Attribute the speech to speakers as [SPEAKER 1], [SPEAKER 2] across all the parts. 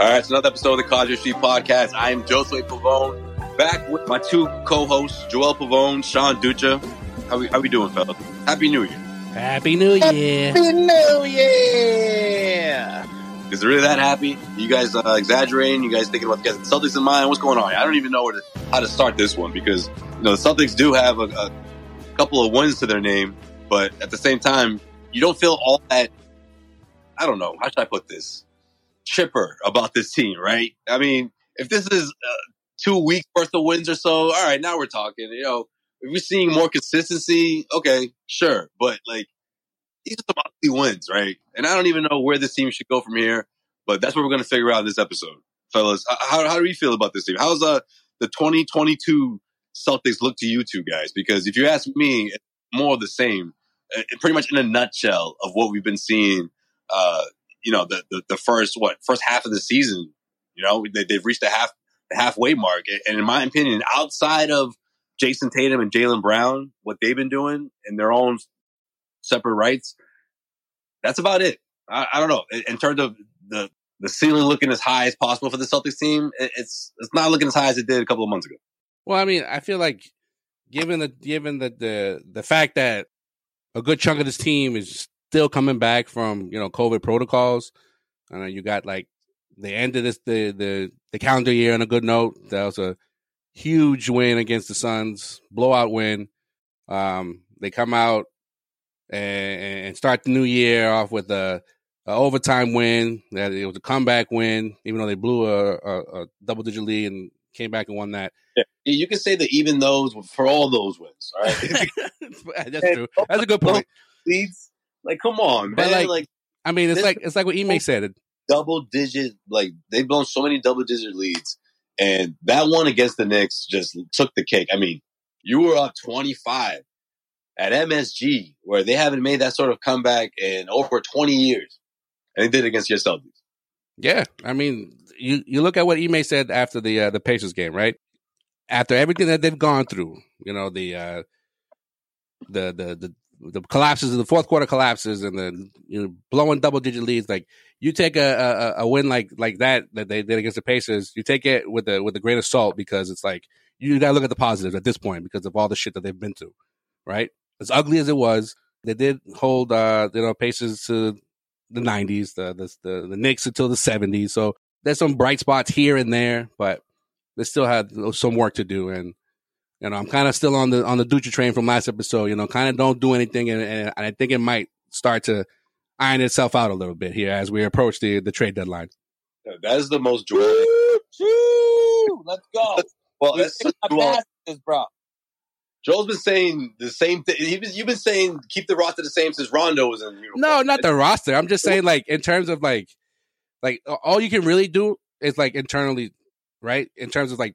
[SPEAKER 1] All right, it's another episode of the Cosby Street Podcast. I am Josue Pavone, back with my two co-hosts, Joel Pavone, Sean Ducha. How we how we doing, fellas? Happy New Year.
[SPEAKER 2] Happy New Year.
[SPEAKER 3] New Year!
[SPEAKER 1] Is it really that happy? You guys uh, exaggerating? You guys thinking about the guys the Celtics in mind? What's going on? I don't even know where to, how to start this one because you know the Celtics do have a, a couple of wins to their name, but at the same time, you don't feel all that. I don't know. How should I put this? Chipper about this team, right? I mean, if this is uh, two weeks worth of wins or so, all right, now we're talking. You know, if we're seeing more consistency, okay, sure, but like these are some ugly wins, right? And I don't even know where this team should go from here, but that's what we're going to figure out in this episode, fellas. h- How, how do you feel about this team? How's uh, the 2022 Celtics look to you two guys? Because if you ask me, it's more of the same, uh, pretty much in a nutshell of what we've been seeing. Uh, you know, the, the the first what first half of the season. You know, they, they've reached the half the halfway mark, and, and in my opinion, outside of Jason Tatum and Jalen Brown, what they've been doing in their own separate rights. That's about it. I, I don't know. In, in terms of the the ceiling looking as high as possible for the Celtics team, it, it's it's not looking as high as it did a couple of months ago.
[SPEAKER 2] Well, I mean, I feel like given the given the the, the fact that a good chunk of this team is still coming back from you know COVID protocols, I know you got like the end of this the the the calendar year on a good note. That was a huge win against the Suns, blowout win. Um, they come out and, and start the new year off with a, a overtime win. That it was a comeback win, even though they blew a, a, a double digit lead and came back and won that.
[SPEAKER 1] You- You can say that even those for all those wins, all right?
[SPEAKER 2] That's true. That's a good point.
[SPEAKER 1] Leads, like come on,
[SPEAKER 2] But,
[SPEAKER 1] man,
[SPEAKER 2] like-
[SPEAKER 1] like,
[SPEAKER 2] I mean, it's
[SPEAKER 1] This-
[SPEAKER 2] like it's like what Ime said.
[SPEAKER 1] double digit, like they've blown so many double digit leads, and that one against the Knicks just took the cake. I mean, you were up twenty five at MSG, where they haven't made that sort of comeback in over twenty years, and they did it against your Celtics.
[SPEAKER 2] Yeah, I mean, you you look at what Ime said after the uh, the Pacers game, right? After everything that they've gone through, you know the uh, the the the the collapses, the fourth quarter collapses, and the you know blowing double digit leads. Like you take a, a a win like like that that they did against the Pacers, you take it with the with a great assault because it's like you got to look at the positives at this point because of all the shit that they've been through, right? As ugly as it was, they did hold uh you know Pacers to the nineties, the, the the the Knicks until the seventies. So there's some bright spots here and there, but they still had some work to do. And you know, I'm kind of still on the on the Dutra train from last episode. You know, kind of don't do anything, and, and I think it might start to iron itself out a little bit here as we approach the the trade deadline.
[SPEAKER 1] That is the most Joel.
[SPEAKER 3] Let's go.
[SPEAKER 1] Well, that's
[SPEAKER 3] Let's
[SPEAKER 1] Joel.
[SPEAKER 3] passes, bro.
[SPEAKER 1] Joel's been saying the same thing. He's been, you've been saying keep the roster the same since Rondo was in. Uniform.
[SPEAKER 2] No, not the roster. I'm just saying, like in terms of like Like a- all you can really do is like internally, right? In terms of like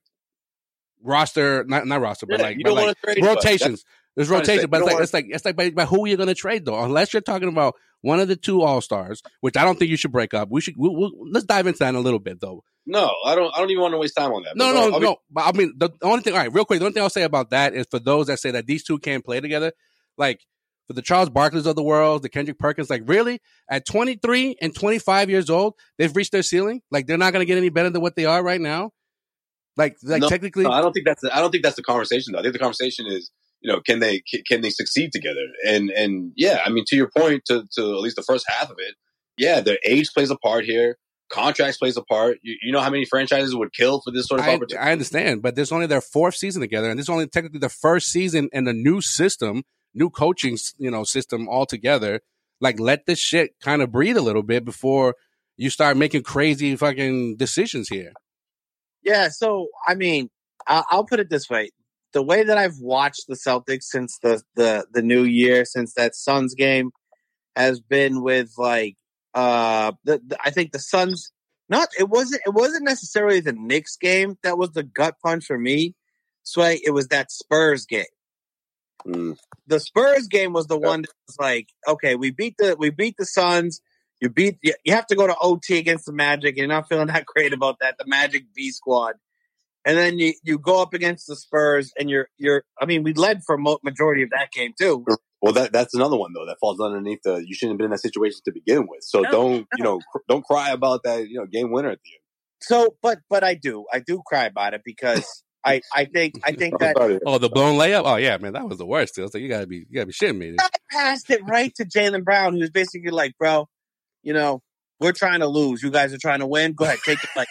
[SPEAKER 2] roster, not not roster, but
[SPEAKER 1] Yeah,
[SPEAKER 2] like,
[SPEAKER 1] you
[SPEAKER 2] but,
[SPEAKER 1] don't
[SPEAKER 2] like,
[SPEAKER 1] want to trade anybody.
[SPEAKER 2] rotations. There's
[SPEAKER 1] what I'm trying to
[SPEAKER 2] rotation,
[SPEAKER 1] say.
[SPEAKER 2] but
[SPEAKER 1] You don't
[SPEAKER 2] it's like,
[SPEAKER 1] wanna-
[SPEAKER 2] it's like it's like by, by who you're going to trade though. Unless you're talking about one of the two all stars, which I don't think you should break up. We should we, we, let's dive into that in a little bit though.
[SPEAKER 1] No, I don't. I don't even want to waste time on that.
[SPEAKER 2] No,
[SPEAKER 1] But I'll-
[SPEAKER 2] no,
[SPEAKER 1] I'll be-
[SPEAKER 2] no. But I mean, the the only thing, all right, real quick, the only thing I'll say about that is for those that say that these two can't play together, like for the Charles Barkleys of the world, the Kendrick Perkins, like really at 23 and 25 years old, they've reached their ceiling. Like they're not going to get any better than what they are right now. Like, like
[SPEAKER 1] No,
[SPEAKER 2] technically,
[SPEAKER 1] No, I don't think that's. The, I don't think that's the conversation. Though. I think the conversation is, you know, can they ca- can they succeed together? And and yeah, I mean, to your point, to to at least the first half of it, yeah, their age plays a part here. Contracts plays a part. You, you know how many franchises would kill for this sort of
[SPEAKER 2] I,
[SPEAKER 1] opportunity?
[SPEAKER 2] I understand, but this is only their fourth season together, and this is only technically the first season in the new system, new coaching, s- you know, system altogether. Like, let this shit kind of breathe a little bit before you start making crazy fucking decisions here.
[SPEAKER 4] Yeah, so I mean, I- I'll put it this way: the way that I've watched the Celtics since the the the new year, since that Suns game, has been with like uh, the, the, I think the Suns. Not it wasn't it wasn't necessarily the Knicks game that was the gut punch for me, Sway. It was that Spurs game.
[SPEAKER 1] Mm.
[SPEAKER 4] The Spurs game was the
[SPEAKER 1] Yeah.
[SPEAKER 4] one that was like, okay, we beat the we beat the Suns. You beat you, you have to go to OT against the Magic. You're not feeling that great about that. The Magic B squad, and then you, you go up against the Spurs, and you're you're. I mean, we led for mo- majority of that game too.
[SPEAKER 1] Well, that that's another one though that falls underneath the. You shouldn't have been in that situation to begin with. So
[SPEAKER 4] No,
[SPEAKER 1] don't you know? Cr- don't cry about that. You know, game winner at the
[SPEAKER 4] So, but but I do I do cry about it because I I think I think
[SPEAKER 1] end.
[SPEAKER 4] that
[SPEAKER 1] Sorry.
[SPEAKER 2] Oh, the blown layup. Oh yeah, man, that was the worst. I was like, you gotta be, you gotta be shitting me.
[SPEAKER 4] I passed it right to Jalen Brown, who's basically like, bro, you know, we're trying to lose. You guys are trying to win. Go ahead, take it. Like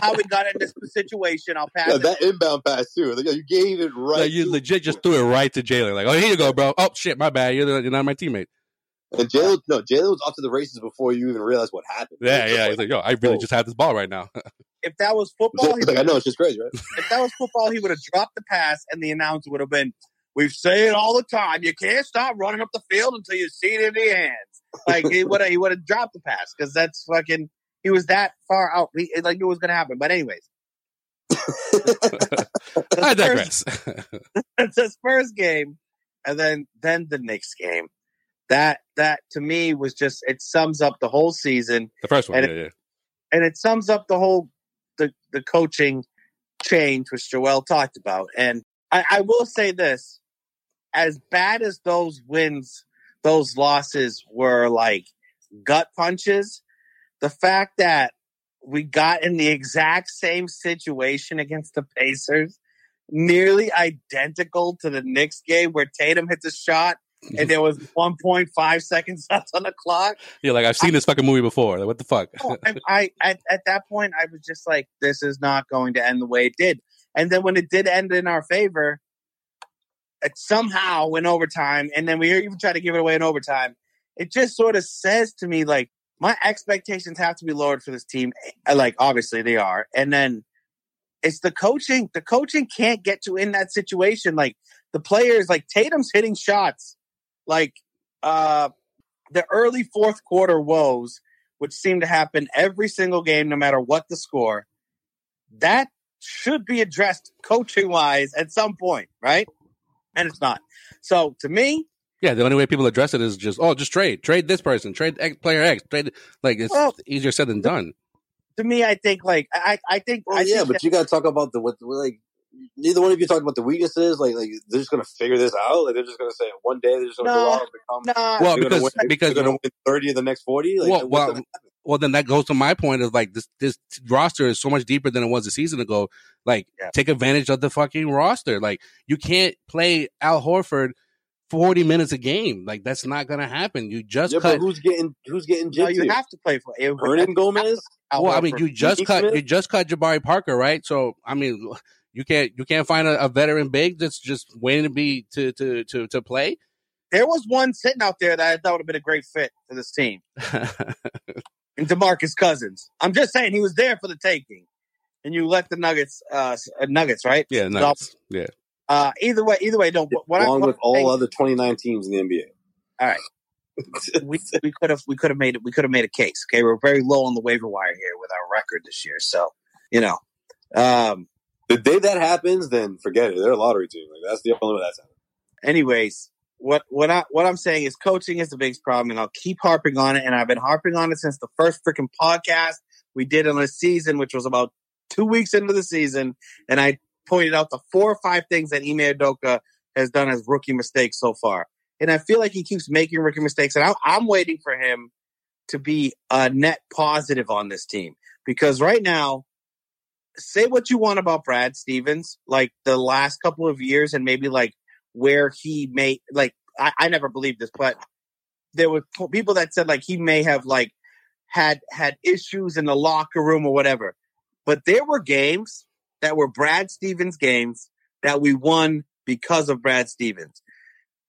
[SPEAKER 4] how we got in this situation. I'll pass
[SPEAKER 1] Yeah,
[SPEAKER 4] it.
[SPEAKER 1] that inbound pass too. Like, you gave it right.
[SPEAKER 2] Like, you
[SPEAKER 1] to-
[SPEAKER 2] legit just threw it right to Jalen. Like, oh, here you go, bro. Oh shit, my bad. You're, the, you're not my teammate.
[SPEAKER 1] And Jalen, no, Jalen was off to the races before you even realized what happened.
[SPEAKER 2] Yeah, yeah. He's like, yo, I really just had this ball right now.
[SPEAKER 4] if that was
[SPEAKER 1] So,
[SPEAKER 4] football, he,
[SPEAKER 1] he's like, I know it's just crazy, right?
[SPEAKER 4] if that was football, he would have dropped the pass, and the announcer would have been, "We say it all the time. You can't stop running up the field until you see it in the hands." Like he would have, he would have dropped the pass because that's fucking. He was that far out. He, like it was going to happen. But anyways,
[SPEAKER 2] I digress.
[SPEAKER 4] the Spurs game, and then then the Knicks game. That that to me was just it sums up the whole season.
[SPEAKER 2] the first one.
[SPEAKER 4] And
[SPEAKER 2] Yeah, yeah.
[SPEAKER 4] and it sums up the whole the the coaching change which Joel talked about. And I, I will say this: as bad as those wins, those losses were like gut punches, the fact that we got in the exact same situation against the Pacers, nearly identical to the Knicks game where Tatum hits a shot and there was 1.5 seconds left on the clock.
[SPEAKER 2] You're like, I've seen this fucking movie before. Like, what the fuck?
[SPEAKER 4] No, I, Oh, I at, at that point I was just like, this is not going to end the way it did. And then when it did end in our favor, it somehow went overtime, and then we even tried to give it away in overtime. It just sort of says to me like my expectations have to be lowered for this team. Uh, Like obviously they are, and then it's the coaching. The coaching can't get you in that situation. Like the players, like Tatum's hitting shots, like uh the early fourth quarter woes which seem to happen every single game, no matter what the score, that should be addressed coaching wise at some point, right? And it's not. So to me,
[SPEAKER 2] Yeah, the only way people address it is just, oh, just trade, trade this person, trade X, player X, trade. Like, it's
[SPEAKER 4] Well-
[SPEAKER 2] easier said than done.
[SPEAKER 4] to me, I think like I, I think
[SPEAKER 1] Well,
[SPEAKER 4] I
[SPEAKER 1] yeah,
[SPEAKER 4] think
[SPEAKER 1] but
[SPEAKER 4] that-
[SPEAKER 1] you got to talk about the what like. Neither one of you talked about the weaknesses. Like, like they're just gonna figure this out. Like, they're just gonna say one day they're just gonna
[SPEAKER 4] No,
[SPEAKER 1] go out and become.
[SPEAKER 4] nah,
[SPEAKER 2] Well,
[SPEAKER 1] they're gonna
[SPEAKER 2] because-
[SPEAKER 1] win,
[SPEAKER 2] because-
[SPEAKER 1] they're gonna win thirty of the next forty. Like,
[SPEAKER 2] well,
[SPEAKER 1] what's
[SPEAKER 2] well,
[SPEAKER 1] gonna-
[SPEAKER 2] well, then that goes to my point of like this this roster is so much deeper than it was a season ago. Like,
[SPEAKER 4] Yeah.
[SPEAKER 2] take advantage of the fucking roster. Like, you can't play Al Horford forty minutes a game. Like, that's not gonna happen. You just
[SPEAKER 1] yeah, but
[SPEAKER 2] cut.
[SPEAKER 1] who's getting who's getting
[SPEAKER 4] no,
[SPEAKER 1] gypped?
[SPEAKER 4] you have to play for it.
[SPEAKER 1] Hernan Gomez.
[SPEAKER 2] Well, I mean, you just
[SPEAKER 1] Nick
[SPEAKER 2] cut.
[SPEAKER 1] Smith?
[SPEAKER 2] You just cut Jabari Parker, right? So, I mean, you can't you can't find a, a veteran big that's just waiting to be to to to to play.
[SPEAKER 4] there was one sitting out there that I thought would have been a great fit for this team, and Demarcus Cousins. I'm just saying he was there for the taking, and you let the Nuggets, uh, s- uh, Nuggets, right?
[SPEAKER 2] yeah, nuggets. Yeah,
[SPEAKER 4] Uh, either way, either way, don't. What
[SPEAKER 1] along
[SPEAKER 4] I, what
[SPEAKER 1] with
[SPEAKER 4] I'm saying-
[SPEAKER 1] all other twenty nine teams in the NBA.
[SPEAKER 4] we, we could have we could have made it we could have made a case. Okay, we're very low on the waiver wire here with our record this year. So you know, um,
[SPEAKER 1] The day that happens, then forget it. They're a lottery team. Like that's the only way that's happening.
[SPEAKER 4] anyways, what what I what I'm saying is coaching is the biggest problem, and I'll keep harping on it. And I've been harping on it since the first freaking podcast we did on the season, which was about two weeks into the season, and I pointed out the four or five things that Ime Adoka has done as rookie mistakes so far. And I feel like he keeps making rookie mistakes, and I, I'm waiting for him to be a net positive on this team because right now say what you want about Brad Stevens, like the last couple of years and maybe like where he may like I, I never believed this, but there were po- people that said like he may have like had had issues in the locker room or whatever. But there were games that were Brad Stevens games that we won because of Brad Stevens.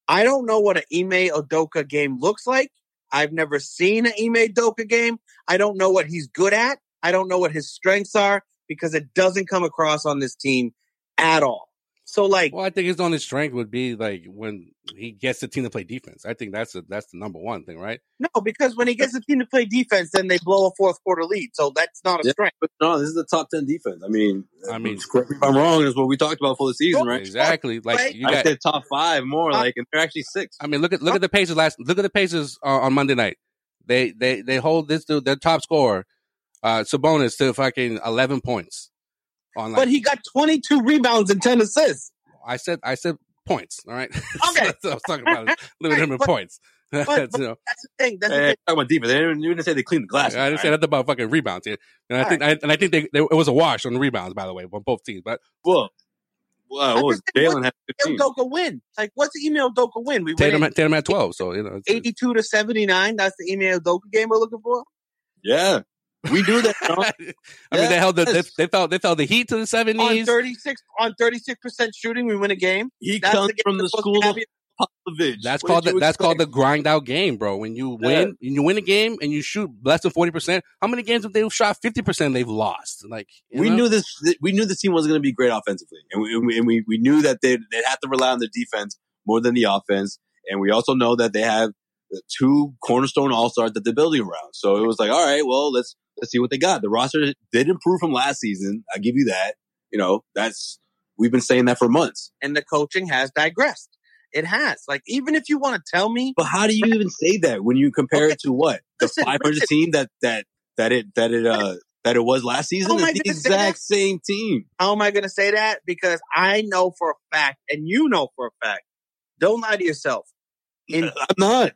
[SPEAKER 4] I don't know what an Ime Odoka game looks like. I've never seen an Ime Doka game. I don't know what he's good at. I don't know what his strengths are because it doesn't come across on this team at all. So like
[SPEAKER 2] Well, I think his only strength would be like when he gets the team to play defense. I think that's a, that's the number one thing, right?
[SPEAKER 4] no, because when he gets the team to play defense, then they blow a fourth quarter lead. So that's not a
[SPEAKER 1] Yeah.
[SPEAKER 4] strength.
[SPEAKER 1] But no, this is the top ten defense. I mean, uh,
[SPEAKER 2] I mean-
[SPEAKER 1] correct me if I'm wrong. Is what we talked about for the season, right?
[SPEAKER 2] Exactly. Like you
[SPEAKER 1] I
[SPEAKER 2] got.
[SPEAKER 1] said top five more, like, and they're actually six.
[SPEAKER 2] I mean, look at
[SPEAKER 4] Oh.
[SPEAKER 2] look at the Pacers last. Look at the Pacers uh, on Monday night. They they they hold this dude, their top scorer, uh, Sabonis, to fucking eleven points. On like,
[SPEAKER 4] But he got 22 rebounds and 10 assists.
[SPEAKER 2] I said I said points. All right.
[SPEAKER 4] Okay.
[SPEAKER 2] so I was talking about limited
[SPEAKER 4] Right,
[SPEAKER 2] him in
[SPEAKER 4] but-
[SPEAKER 2] points.
[SPEAKER 4] but-
[SPEAKER 2] So-
[SPEAKER 4] That's the thing. That's
[SPEAKER 1] Hey,
[SPEAKER 4] the
[SPEAKER 1] talking about defense, they didn't, you didn't say they cleaned the glass.
[SPEAKER 2] I didn't say nothing about fucking rebounds here, and I
[SPEAKER 4] All
[SPEAKER 2] think I, and I think they, they, it was a wash on the rebounds, by the way, on both teams. But
[SPEAKER 1] Well, well, what was
[SPEAKER 4] I just
[SPEAKER 1] Jalen had
[SPEAKER 4] thing.
[SPEAKER 1] 15.
[SPEAKER 4] Doka win. Like, what's the email Doka win? We
[SPEAKER 2] Tatum
[SPEAKER 4] win
[SPEAKER 2] had, Tatum had twelve, so you know, it's-
[SPEAKER 4] 82 to 79. That's the email Doka game we're looking for.
[SPEAKER 1] Yeah, we do that. you know?
[SPEAKER 2] I mean, they held the they,
[SPEAKER 1] Yes.
[SPEAKER 2] they felt they felt the heat to the
[SPEAKER 4] On
[SPEAKER 2] seventies.
[SPEAKER 4] 36 on 36 percent shooting, we win a game.
[SPEAKER 1] He
[SPEAKER 4] That's
[SPEAKER 1] comes
[SPEAKER 4] the game
[SPEAKER 1] from the
[SPEAKER 4] that's supposed to
[SPEAKER 1] school of
[SPEAKER 4] have you-
[SPEAKER 1] Popovich.
[SPEAKER 2] That's
[SPEAKER 1] What
[SPEAKER 2] called
[SPEAKER 1] did
[SPEAKER 2] the,
[SPEAKER 1] you
[SPEAKER 2] that's called the
[SPEAKER 1] expect?
[SPEAKER 2] grind out game, bro. When you win, when you win a game and you shoot less than forty percent. How many games have they shot fifty percent? They've lost. Like you
[SPEAKER 1] We
[SPEAKER 2] know?
[SPEAKER 1] knew this. We knew this team wasn't going to be great offensively, and we, and we, and we, we knew that they they had to rely on their defense more than the offense. And we also know that they have the two cornerstone all stars that they're building around. So it was like, all right, well, let's let's see what they got. The roster did improve from last season. I give you that. You know, that's we've been saying that for months.
[SPEAKER 4] and the coaching has digressed. It has. Like, even if you want to tell me
[SPEAKER 1] But how do you even say that when you compare
[SPEAKER 4] Okay.
[SPEAKER 1] it to what the
[SPEAKER 4] Listen,
[SPEAKER 1] 500
[SPEAKER 4] listen.
[SPEAKER 1] team that that that it that it uh that it was last season?
[SPEAKER 4] am I
[SPEAKER 1] it's the
[SPEAKER 4] gonna say
[SPEAKER 1] exact same team.
[SPEAKER 4] How am I going to say that? Because I know for a fact, and you know for a fact. Don't lie to yourself. In-
[SPEAKER 1] I'm not.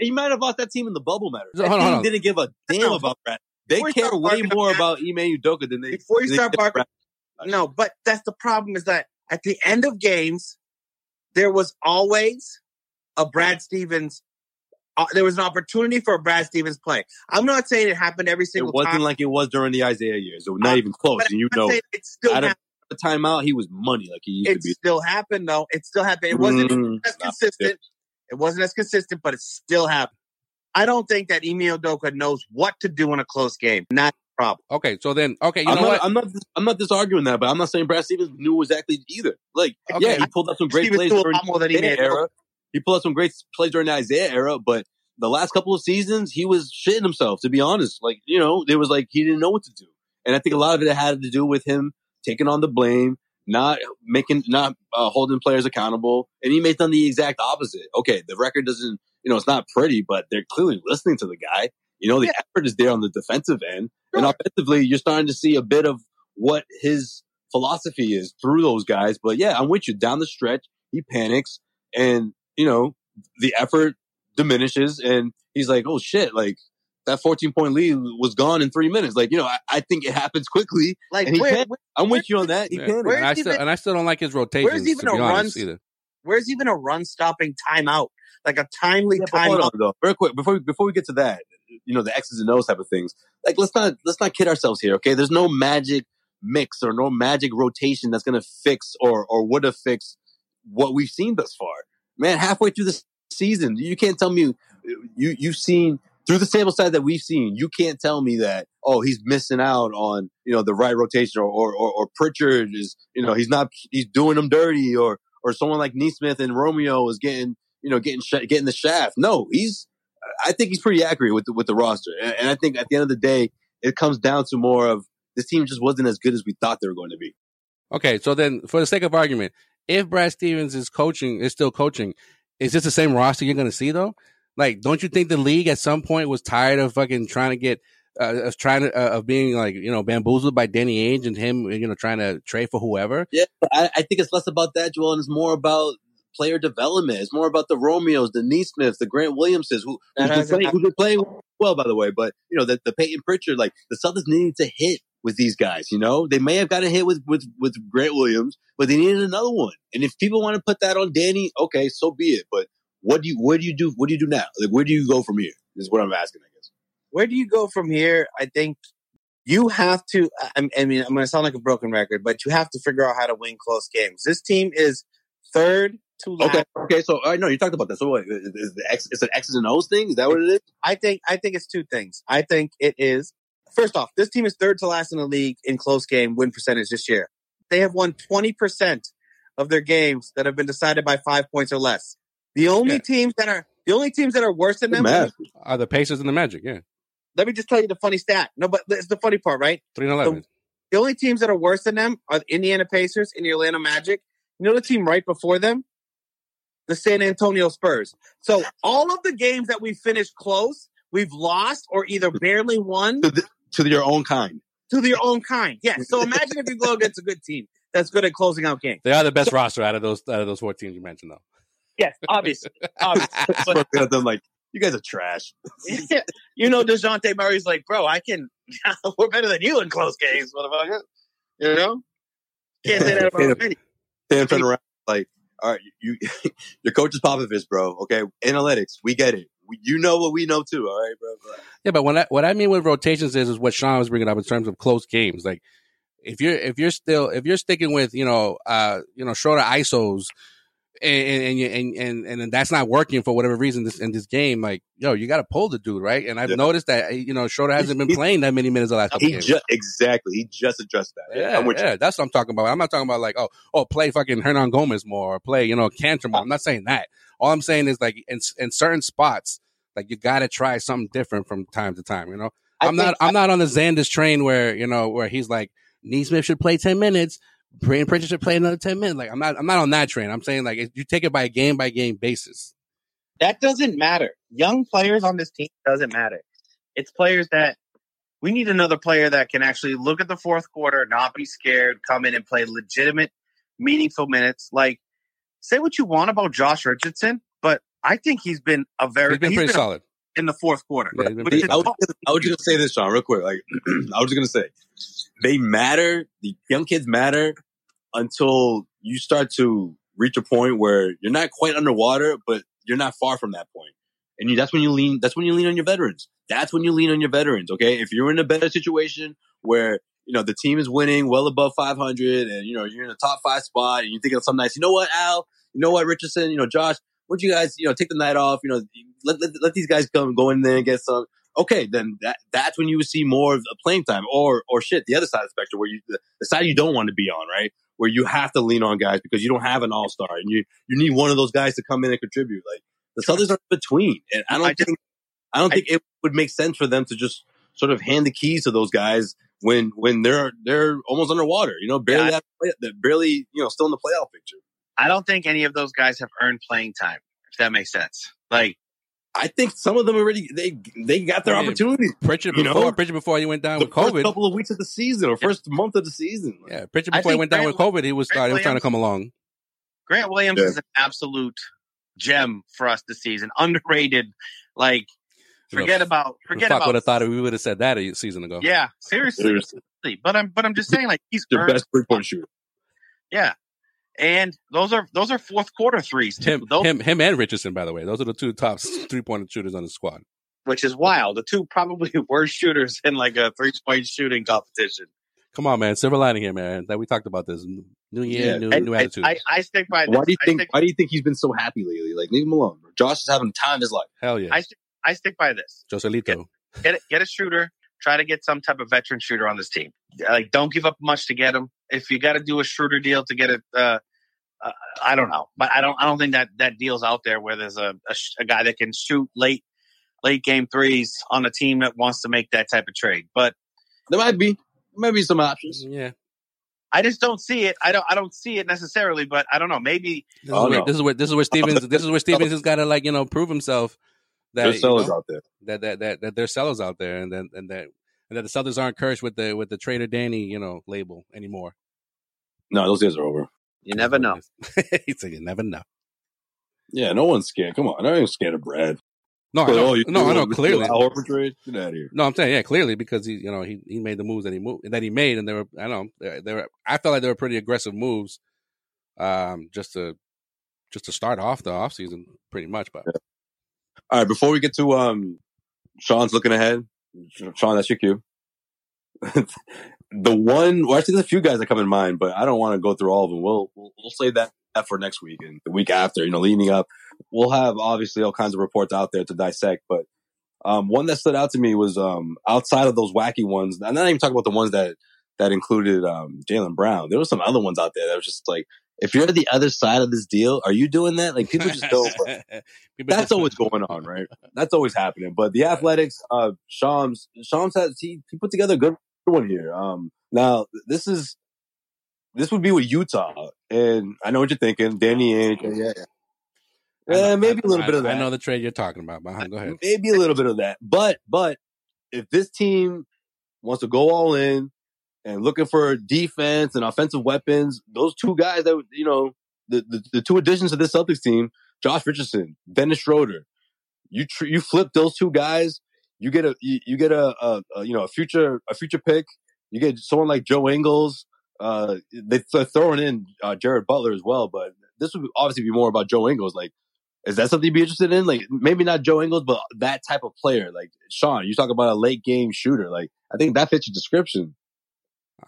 [SPEAKER 1] You might have bought that team in the bubble matter.
[SPEAKER 2] So,
[SPEAKER 1] That
[SPEAKER 2] hold on,
[SPEAKER 1] team
[SPEAKER 2] hold on.
[SPEAKER 1] didn't give a damn about that. They
[SPEAKER 4] Before you
[SPEAKER 1] care
[SPEAKER 4] start
[SPEAKER 1] way
[SPEAKER 4] barking
[SPEAKER 1] more
[SPEAKER 4] up-
[SPEAKER 1] about Ime Udoka than they.
[SPEAKER 4] Before you
[SPEAKER 1] than they
[SPEAKER 4] start
[SPEAKER 1] care about
[SPEAKER 4] barking- no, but that's the problem is that at the end of games, there was always a Brad Stevens. Uh, there was an opportunity for a Brad Stevens play. I'm not saying it happened every
[SPEAKER 1] It
[SPEAKER 4] single
[SPEAKER 1] wasn't
[SPEAKER 4] time.
[SPEAKER 1] like it was during the Isaiah years. It was not
[SPEAKER 4] Uh,
[SPEAKER 1] even close.
[SPEAKER 4] but
[SPEAKER 1] And you
[SPEAKER 4] I'm
[SPEAKER 1] know,
[SPEAKER 4] saying it still
[SPEAKER 1] I don't-
[SPEAKER 4] happened.
[SPEAKER 1] the timeout he was money like he used
[SPEAKER 4] It
[SPEAKER 1] to be.
[SPEAKER 4] still happened though. It still happened. It wasn't
[SPEAKER 1] Mm,
[SPEAKER 4] as
[SPEAKER 1] nah.
[SPEAKER 4] consistent. It wasn't as consistent, but it still happened. I don't think that Emil Doka knows what to do in a close game. Not a problem.
[SPEAKER 2] okay, so then okay, you
[SPEAKER 1] I'm
[SPEAKER 2] know
[SPEAKER 1] not,
[SPEAKER 2] what?
[SPEAKER 1] I'm not. I'm not disarguing that, but I'm not saying Brad Stevens knew exactly either. Like,
[SPEAKER 2] Okay.
[SPEAKER 1] yeah, he pulled up some great
[SPEAKER 4] Stevens
[SPEAKER 1] plays
[SPEAKER 4] do a
[SPEAKER 1] during
[SPEAKER 4] lot more than
[SPEAKER 1] the
[SPEAKER 4] he
[SPEAKER 1] Isaiah
[SPEAKER 4] made.
[SPEAKER 1] era. He pulled up some great plays during the Isaiah era, but the last couple of seasons, he was shitting himself. To be honest, like you know, it was like he didn't know what to do, and I think a lot of it had to do with him taking on the blame, not making, not uh, holding players accountable, and he made done the exact opposite. Okay, the record doesn't, you know, it's not pretty, but they're clearly listening to the guy. You know, the effort is there on the defensive end, and offensively, you're starting to see a bit of what his philosophy is through those guys. But yeah, I'm with you. Down the stretch, he panics and, you know, the effort diminishes and he's like, oh shit, like that 14 point lead was gone in three minutes. Like, you know, I, I think it happens quickly.
[SPEAKER 4] Like
[SPEAKER 1] And he
[SPEAKER 4] where,
[SPEAKER 1] can't- I'm with you on that. He
[SPEAKER 2] Yeah.
[SPEAKER 1] panics.
[SPEAKER 4] Where's
[SPEAKER 2] and I still
[SPEAKER 4] even-
[SPEAKER 2] and I still don't like his rotations.
[SPEAKER 4] where's even
[SPEAKER 2] to be
[SPEAKER 4] a
[SPEAKER 2] honest,
[SPEAKER 4] run-
[SPEAKER 2] either.
[SPEAKER 4] where's even a run stopping timeout? Like a timely
[SPEAKER 1] Yeah, but hold on
[SPEAKER 4] timeout.
[SPEAKER 1] though, real quick before we, before we get to that, you know the X's and O's type of things. Like let's not let's not kid ourselves here. Okay, there's no magic mix or no magic rotation that's going to fix or or would have fixed what we've seen thus far. Man, halfway through this season, you can't tell me you you've seen through the sample size that we've seen. You can't tell me that oh he's missing out on you know the right rotation or or or, or Pritchard is you know he's not he's doing them dirty or or someone like Neesmith and Romeo is getting you know, getting sh- getting the shaft. No, he's I think he's pretty accurate with the, with the roster, and, and I think at the end of the day, it comes down to more of this team just wasn't as good as we thought they were going to be.
[SPEAKER 2] Okay, so then for the sake of argument, if Brad Stevens is coaching, is still coaching, is this the same roster you're going to see though? Like, don't you think the league at some point was tired of fucking trying to get, uh, of trying to, uh, of being like, you know, bamboozled by Danny Ainge and him, you know, trying to trade for whoever?
[SPEAKER 1] Yeah, but I, I think it's less about that, Joel, and it's more about player development. It's more about the Romeos, the Neesmiths, the Grant Williamses, who who's
[SPEAKER 4] That
[SPEAKER 1] been,
[SPEAKER 4] hasn't
[SPEAKER 1] playing, who's been playing well, by the way. But you know, the, the Peyton Pritchard, like the Celtics needed to hit with these guys. You know, they may have got a hit with with with Grant Williams, but they needed another one. And if people want to put that on Danny, okay, so be it. But what do you what do you do what do you do now? Like where do you go from here? Is what I'm asking. I guess.
[SPEAKER 4] where do you go from here? I think you have to. I, I mean, I'm going to sound like a broken record, but you have to figure out how to win close games. This team is third to last.
[SPEAKER 1] Okay, okay. So I know you talked about that. So what, is, is the X, it's an X's and O's thing. Is that what it is?
[SPEAKER 4] I think. I think it's two things. I think it is first off, this team is third to last in the league in close game win percentage this year. They have won 20 percent of their games that have been decided by five points or less. The only
[SPEAKER 2] Yeah.
[SPEAKER 4] teams that are the only teams that are worse than
[SPEAKER 1] Good
[SPEAKER 4] them.
[SPEAKER 1] math.
[SPEAKER 2] Are the Pacers and the Magic? Yeah,
[SPEAKER 4] Let me just tell you the funny stat. No, but it's the funny part, right?
[SPEAKER 2] three and eleven.
[SPEAKER 4] The only teams that are worse than them are the Indiana Pacers and the Atlanta Magic. You know the team right before them? The San Antonio Spurs. So all of the games that we finished close, we've lost or either barely won
[SPEAKER 1] To, th- to your own kind.
[SPEAKER 4] to their own kind. Yeah. So imagine if you go against a good team that's good at closing out games.
[SPEAKER 2] They are the best roster out of those out of those four teams you mentioned though.
[SPEAKER 4] Yes, obviously. obviously. But,
[SPEAKER 1] Looking at them like you guys are trash.
[SPEAKER 4] you know, DeJounte Murray's like, bro, I can, we're better than you in close games, motherfucker. You know? Can't say that about many.
[SPEAKER 1] Sam turned around like, all right, you your coach is Popovich, bro. Okay, analytics, we get it. We, you know what we know too. All right, bro.
[SPEAKER 2] Yeah, but when I, what I mean with rotations is is what Sean was bringing up in terms of close games. Like if you're if you're still if you're sticking with you know uh you know shorter isos and and and you- and and, and, and that's not working for whatever reason this, in this game, like yo, you got to pull the dude right. And I've
[SPEAKER 1] Yeah.
[SPEAKER 2] noticed that you know Schroeder hasn't been
[SPEAKER 1] He-
[SPEAKER 2] playing that many minutes the last couple
[SPEAKER 1] He
[SPEAKER 2] games.
[SPEAKER 1] just exactly. He just addressed that.
[SPEAKER 2] yeah,
[SPEAKER 1] I'm with
[SPEAKER 2] yeah, that's what I'm talking about. I'm not talking about like, oh, oh, play fucking Hernan Gomez more, or play you know Cantor more. I'm not saying that. All I'm saying is like in in certain spots, like you got to try something different from time to time. You know,
[SPEAKER 4] I
[SPEAKER 2] I'm not I'm not on the Xander's train where you know where he's like Neesmith should play ten minutes, Brandon Pritchard should play another ten minutes. Like I'm not I'm not on that train. I'm saying like if you take it by a game by game basis.
[SPEAKER 4] That doesn't matter. Young players on this team doesn't matter. It's players that we need another player that can actually look at the fourth quarter, not be scared, come in and play legitimate, meaningful minutes. Like, say what you want about Josh Richardson, but I think he's been a very
[SPEAKER 2] He's been pretty solid.
[SPEAKER 4] in the fourth quarter.
[SPEAKER 2] Yeah, he's been
[SPEAKER 4] Which
[SPEAKER 2] pretty
[SPEAKER 4] is-
[SPEAKER 1] I was, I was just gonna say this, Sean, real quick. Like, I was just gonna say, they matter. The young kids matter until you start to reach a point where you're not quite underwater, but you're not far from that point. And you, that's when you lean. That's when you lean on your veterans. That's when you lean on your veterans. Okay, if you're in a better situation where you know the team is winning well above 500, and you know you're in the top five spot, and you think of some nights. You know what, Al? You know what, Richardson? You know, Josh? Would you guys, you know, take the night off? You know, let, let, let these guys come go in there and get some okay, then that that's when you would see more of the playing time, or or shit, the other side of the spectrum where you the, the side you don't want to be on, right? Where you have to lean on guys because you don't have an all star, and you you need one of those guys to come in and contribute. Like the Southers are in between, and I don't
[SPEAKER 4] I just-
[SPEAKER 1] think I don't
[SPEAKER 4] I-
[SPEAKER 1] think it would make sense for them to just sort of hand the keys to those guys when when they're they're almost underwater, you know, barely
[SPEAKER 4] Yeah,
[SPEAKER 1] out of play, they're barely you know still in the playoff picture.
[SPEAKER 4] I don't think any of those guys have earned playing time, if that makes sense. Like,
[SPEAKER 1] I think some of them already they they got their
[SPEAKER 2] I mean,
[SPEAKER 1] opportunities.
[SPEAKER 2] Pritchard
[SPEAKER 1] You
[SPEAKER 2] before
[SPEAKER 1] know?
[SPEAKER 2] Pritchard before he went down
[SPEAKER 1] The
[SPEAKER 2] with
[SPEAKER 1] first
[SPEAKER 2] COVID.
[SPEAKER 1] couple of weeks of the season, or first month of the season. Like,
[SPEAKER 2] Yeah, Pritchard
[SPEAKER 4] I
[SPEAKER 2] before he
[SPEAKER 4] think
[SPEAKER 2] went down with
[SPEAKER 4] Grant-
[SPEAKER 2] COVID, he was
[SPEAKER 4] Grant
[SPEAKER 2] starting, he was trying to
[SPEAKER 4] Williams-
[SPEAKER 2] come along.
[SPEAKER 4] Grant Williams
[SPEAKER 1] Yeah.
[SPEAKER 4] is an absolute gem for us this season. Underrated. Like,
[SPEAKER 2] You know,
[SPEAKER 4] forget about forget
[SPEAKER 2] fuck
[SPEAKER 4] about
[SPEAKER 2] would have thought we would have said that a season ago.
[SPEAKER 4] Yeah, seriously.
[SPEAKER 1] Seriously.
[SPEAKER 4] seriously. But I'm but I'm just saying, like he's
[SPEAKER 1] the
[SPEAKER 4] earned,
[SPEAKER 1] best three point shooter.
[SPEAKER 4] and those are those are fourth quarter threes too.
[SPEAKER 2] Him,
[SPEAKER 4] those,
[SPEAKER 2] him, him, and Richardson. By the way, those are the two top three point shooters on the squad.
[SPEAKER 4] which is wild. The two probably worst shooters in like a three point shooting competition.
[SPEAKER 2] Come on, man, silver lining here, man. That we talked about this new year,
[SPEAKER 1] Yeah.
[SPEAKER 2] new,
[SPEAKER 4] I,
[SPEAKER 2] new
[SPEAKER 4] I,
[SPEAKER 2] attitude.
[SPEAKER 4] I, I stick by this.
[SPEAKER 1] Why do you
[SPEAKER 4] I
[SPEAKER 1] think?
[SPEAKER 4] stick,
[SPEAKER 1] Why do you think he's been so happy lately? Like leave him alone. Bro. Josh is having the time of his life.
[SPEAKER 2] Hell yeah,
[SPEAKER 4] I- I stick by this.
[SPEAKER 2] Joselito.
[SPEAKER 4] Get a- get a shooter. Try to get some type of veteran shooter on this team. Like don't give up much to get him. If you got to do a shooter deal to get it. Uh, uh, I don't know, but I don't. I don't think that that deal's out there where there's a, a, sh- a guy that can shoot late late game threes on a team that wants to make that type of trade. But
[SPEAKER 1] There might be, there might be some options.
[SPEAKER 2] Yeah.
[SPEAKER 4] I just don't see it. I don't. I don't see it necessarily. But I don't know. Maybe
[SPEAKER 2] This,
[SPEAKER 1] Oh,
[SPEAKER 2] is where,
[SPEAKER 1] no.
[SPEAKER 2] this is where this is where Stevens this is where Stevens has got to like you know prove himself that
[SPEAKER 1] There's
[SPEAKER 2] you
[SPEAKER 1] sellers
[SPEAKER 2] know,
[SPEAKER 1] out there.
[SPEAKER 2] that that that that there's sellers out there and then and that and that the sellers aren't cursed with the with the trader Danny you know label anymore.
[SPEAKER 1] No, those days are over.
[SPEAKER 4] you never know.
[SPEAKER 2] he said you never know.
[SPEAKER 1] Yeah, no one's scared. Come on, I ain't scared of Brad.
[SPEAKER 2] No, I
[SPEAKER 1] But,
[SPEAKER 2] know,
[SPEAKER 1] oh, you-
[SPEAKER 2] no, I know
[SPEAKER 1] you-
[SPEAKER 2] clearly.
[SPEAKER 1] Al Horford trade? Get out of here.
[SPEAKER 2] No, I'm saying yeah, clearly because he you know he, he made the moves that he moved that he made and they were I don't know they- they were I felt like they were pretty aggressive moves, um just to just to start off the off season pretty much. But
[SPEAKER 1] All right, before we get to um, Sean's looking ahead. Sean, that's your cue. the one, well, actually, there's a few guys that come in mind, but I don't want to go through all of them. We'll we'll, we'll save that that for next week and the week after. You know, leading up, we'll have obviously all kinds of reports out there to dissect. But um, one that stood out to me was um, outside of those wacky ones. I'm not even talking about the ones that that included um, Jalen Brown. There were some other ones out there that was just like, if you're the other side of this deal, are you doing that? Like people just don't.
[SPEAKER 2] People
[SPEAKER 1] that's
[SPEAKER 2] just-
[SPEAKER 1] always going on, right? That's always happening. But the athletics, uh, Shams, Shams has he, he put together a good one here. Um, now this is this would be with Utah, and I know what you're thinking, Danny Ainge. Yeah,
[SPEAKER 2] I know-
[SPEAKER 1] yeah, maybe a little
[SPEAKER 2] I-
[SPEAKER 1] bit of that.
[SPEAKER 2] I know the trade you're talking about, but go ahead.
[SPEAKER 1] Maybe a little bit of that, but but if this team wants to go all in and looking for defense and offensive weapons, those two guys that you know the the, the two additions to this Celtics team, Josh Richardson, Dennis Schroeder, you tr- you flip those two guys, you get a you, you get a, a, a you know a future a future pick, you get someone like Joe Ingles. Uh, they- they're throwing in uh, Jared Butler as well, but this would obviously be more about Joe Ingles. Like, is that something you'd be interested in? Like, maybe not Joe Ingles, but that type of player. Like, Sean, you talk about a late game shooter. Like, I think that fits your description.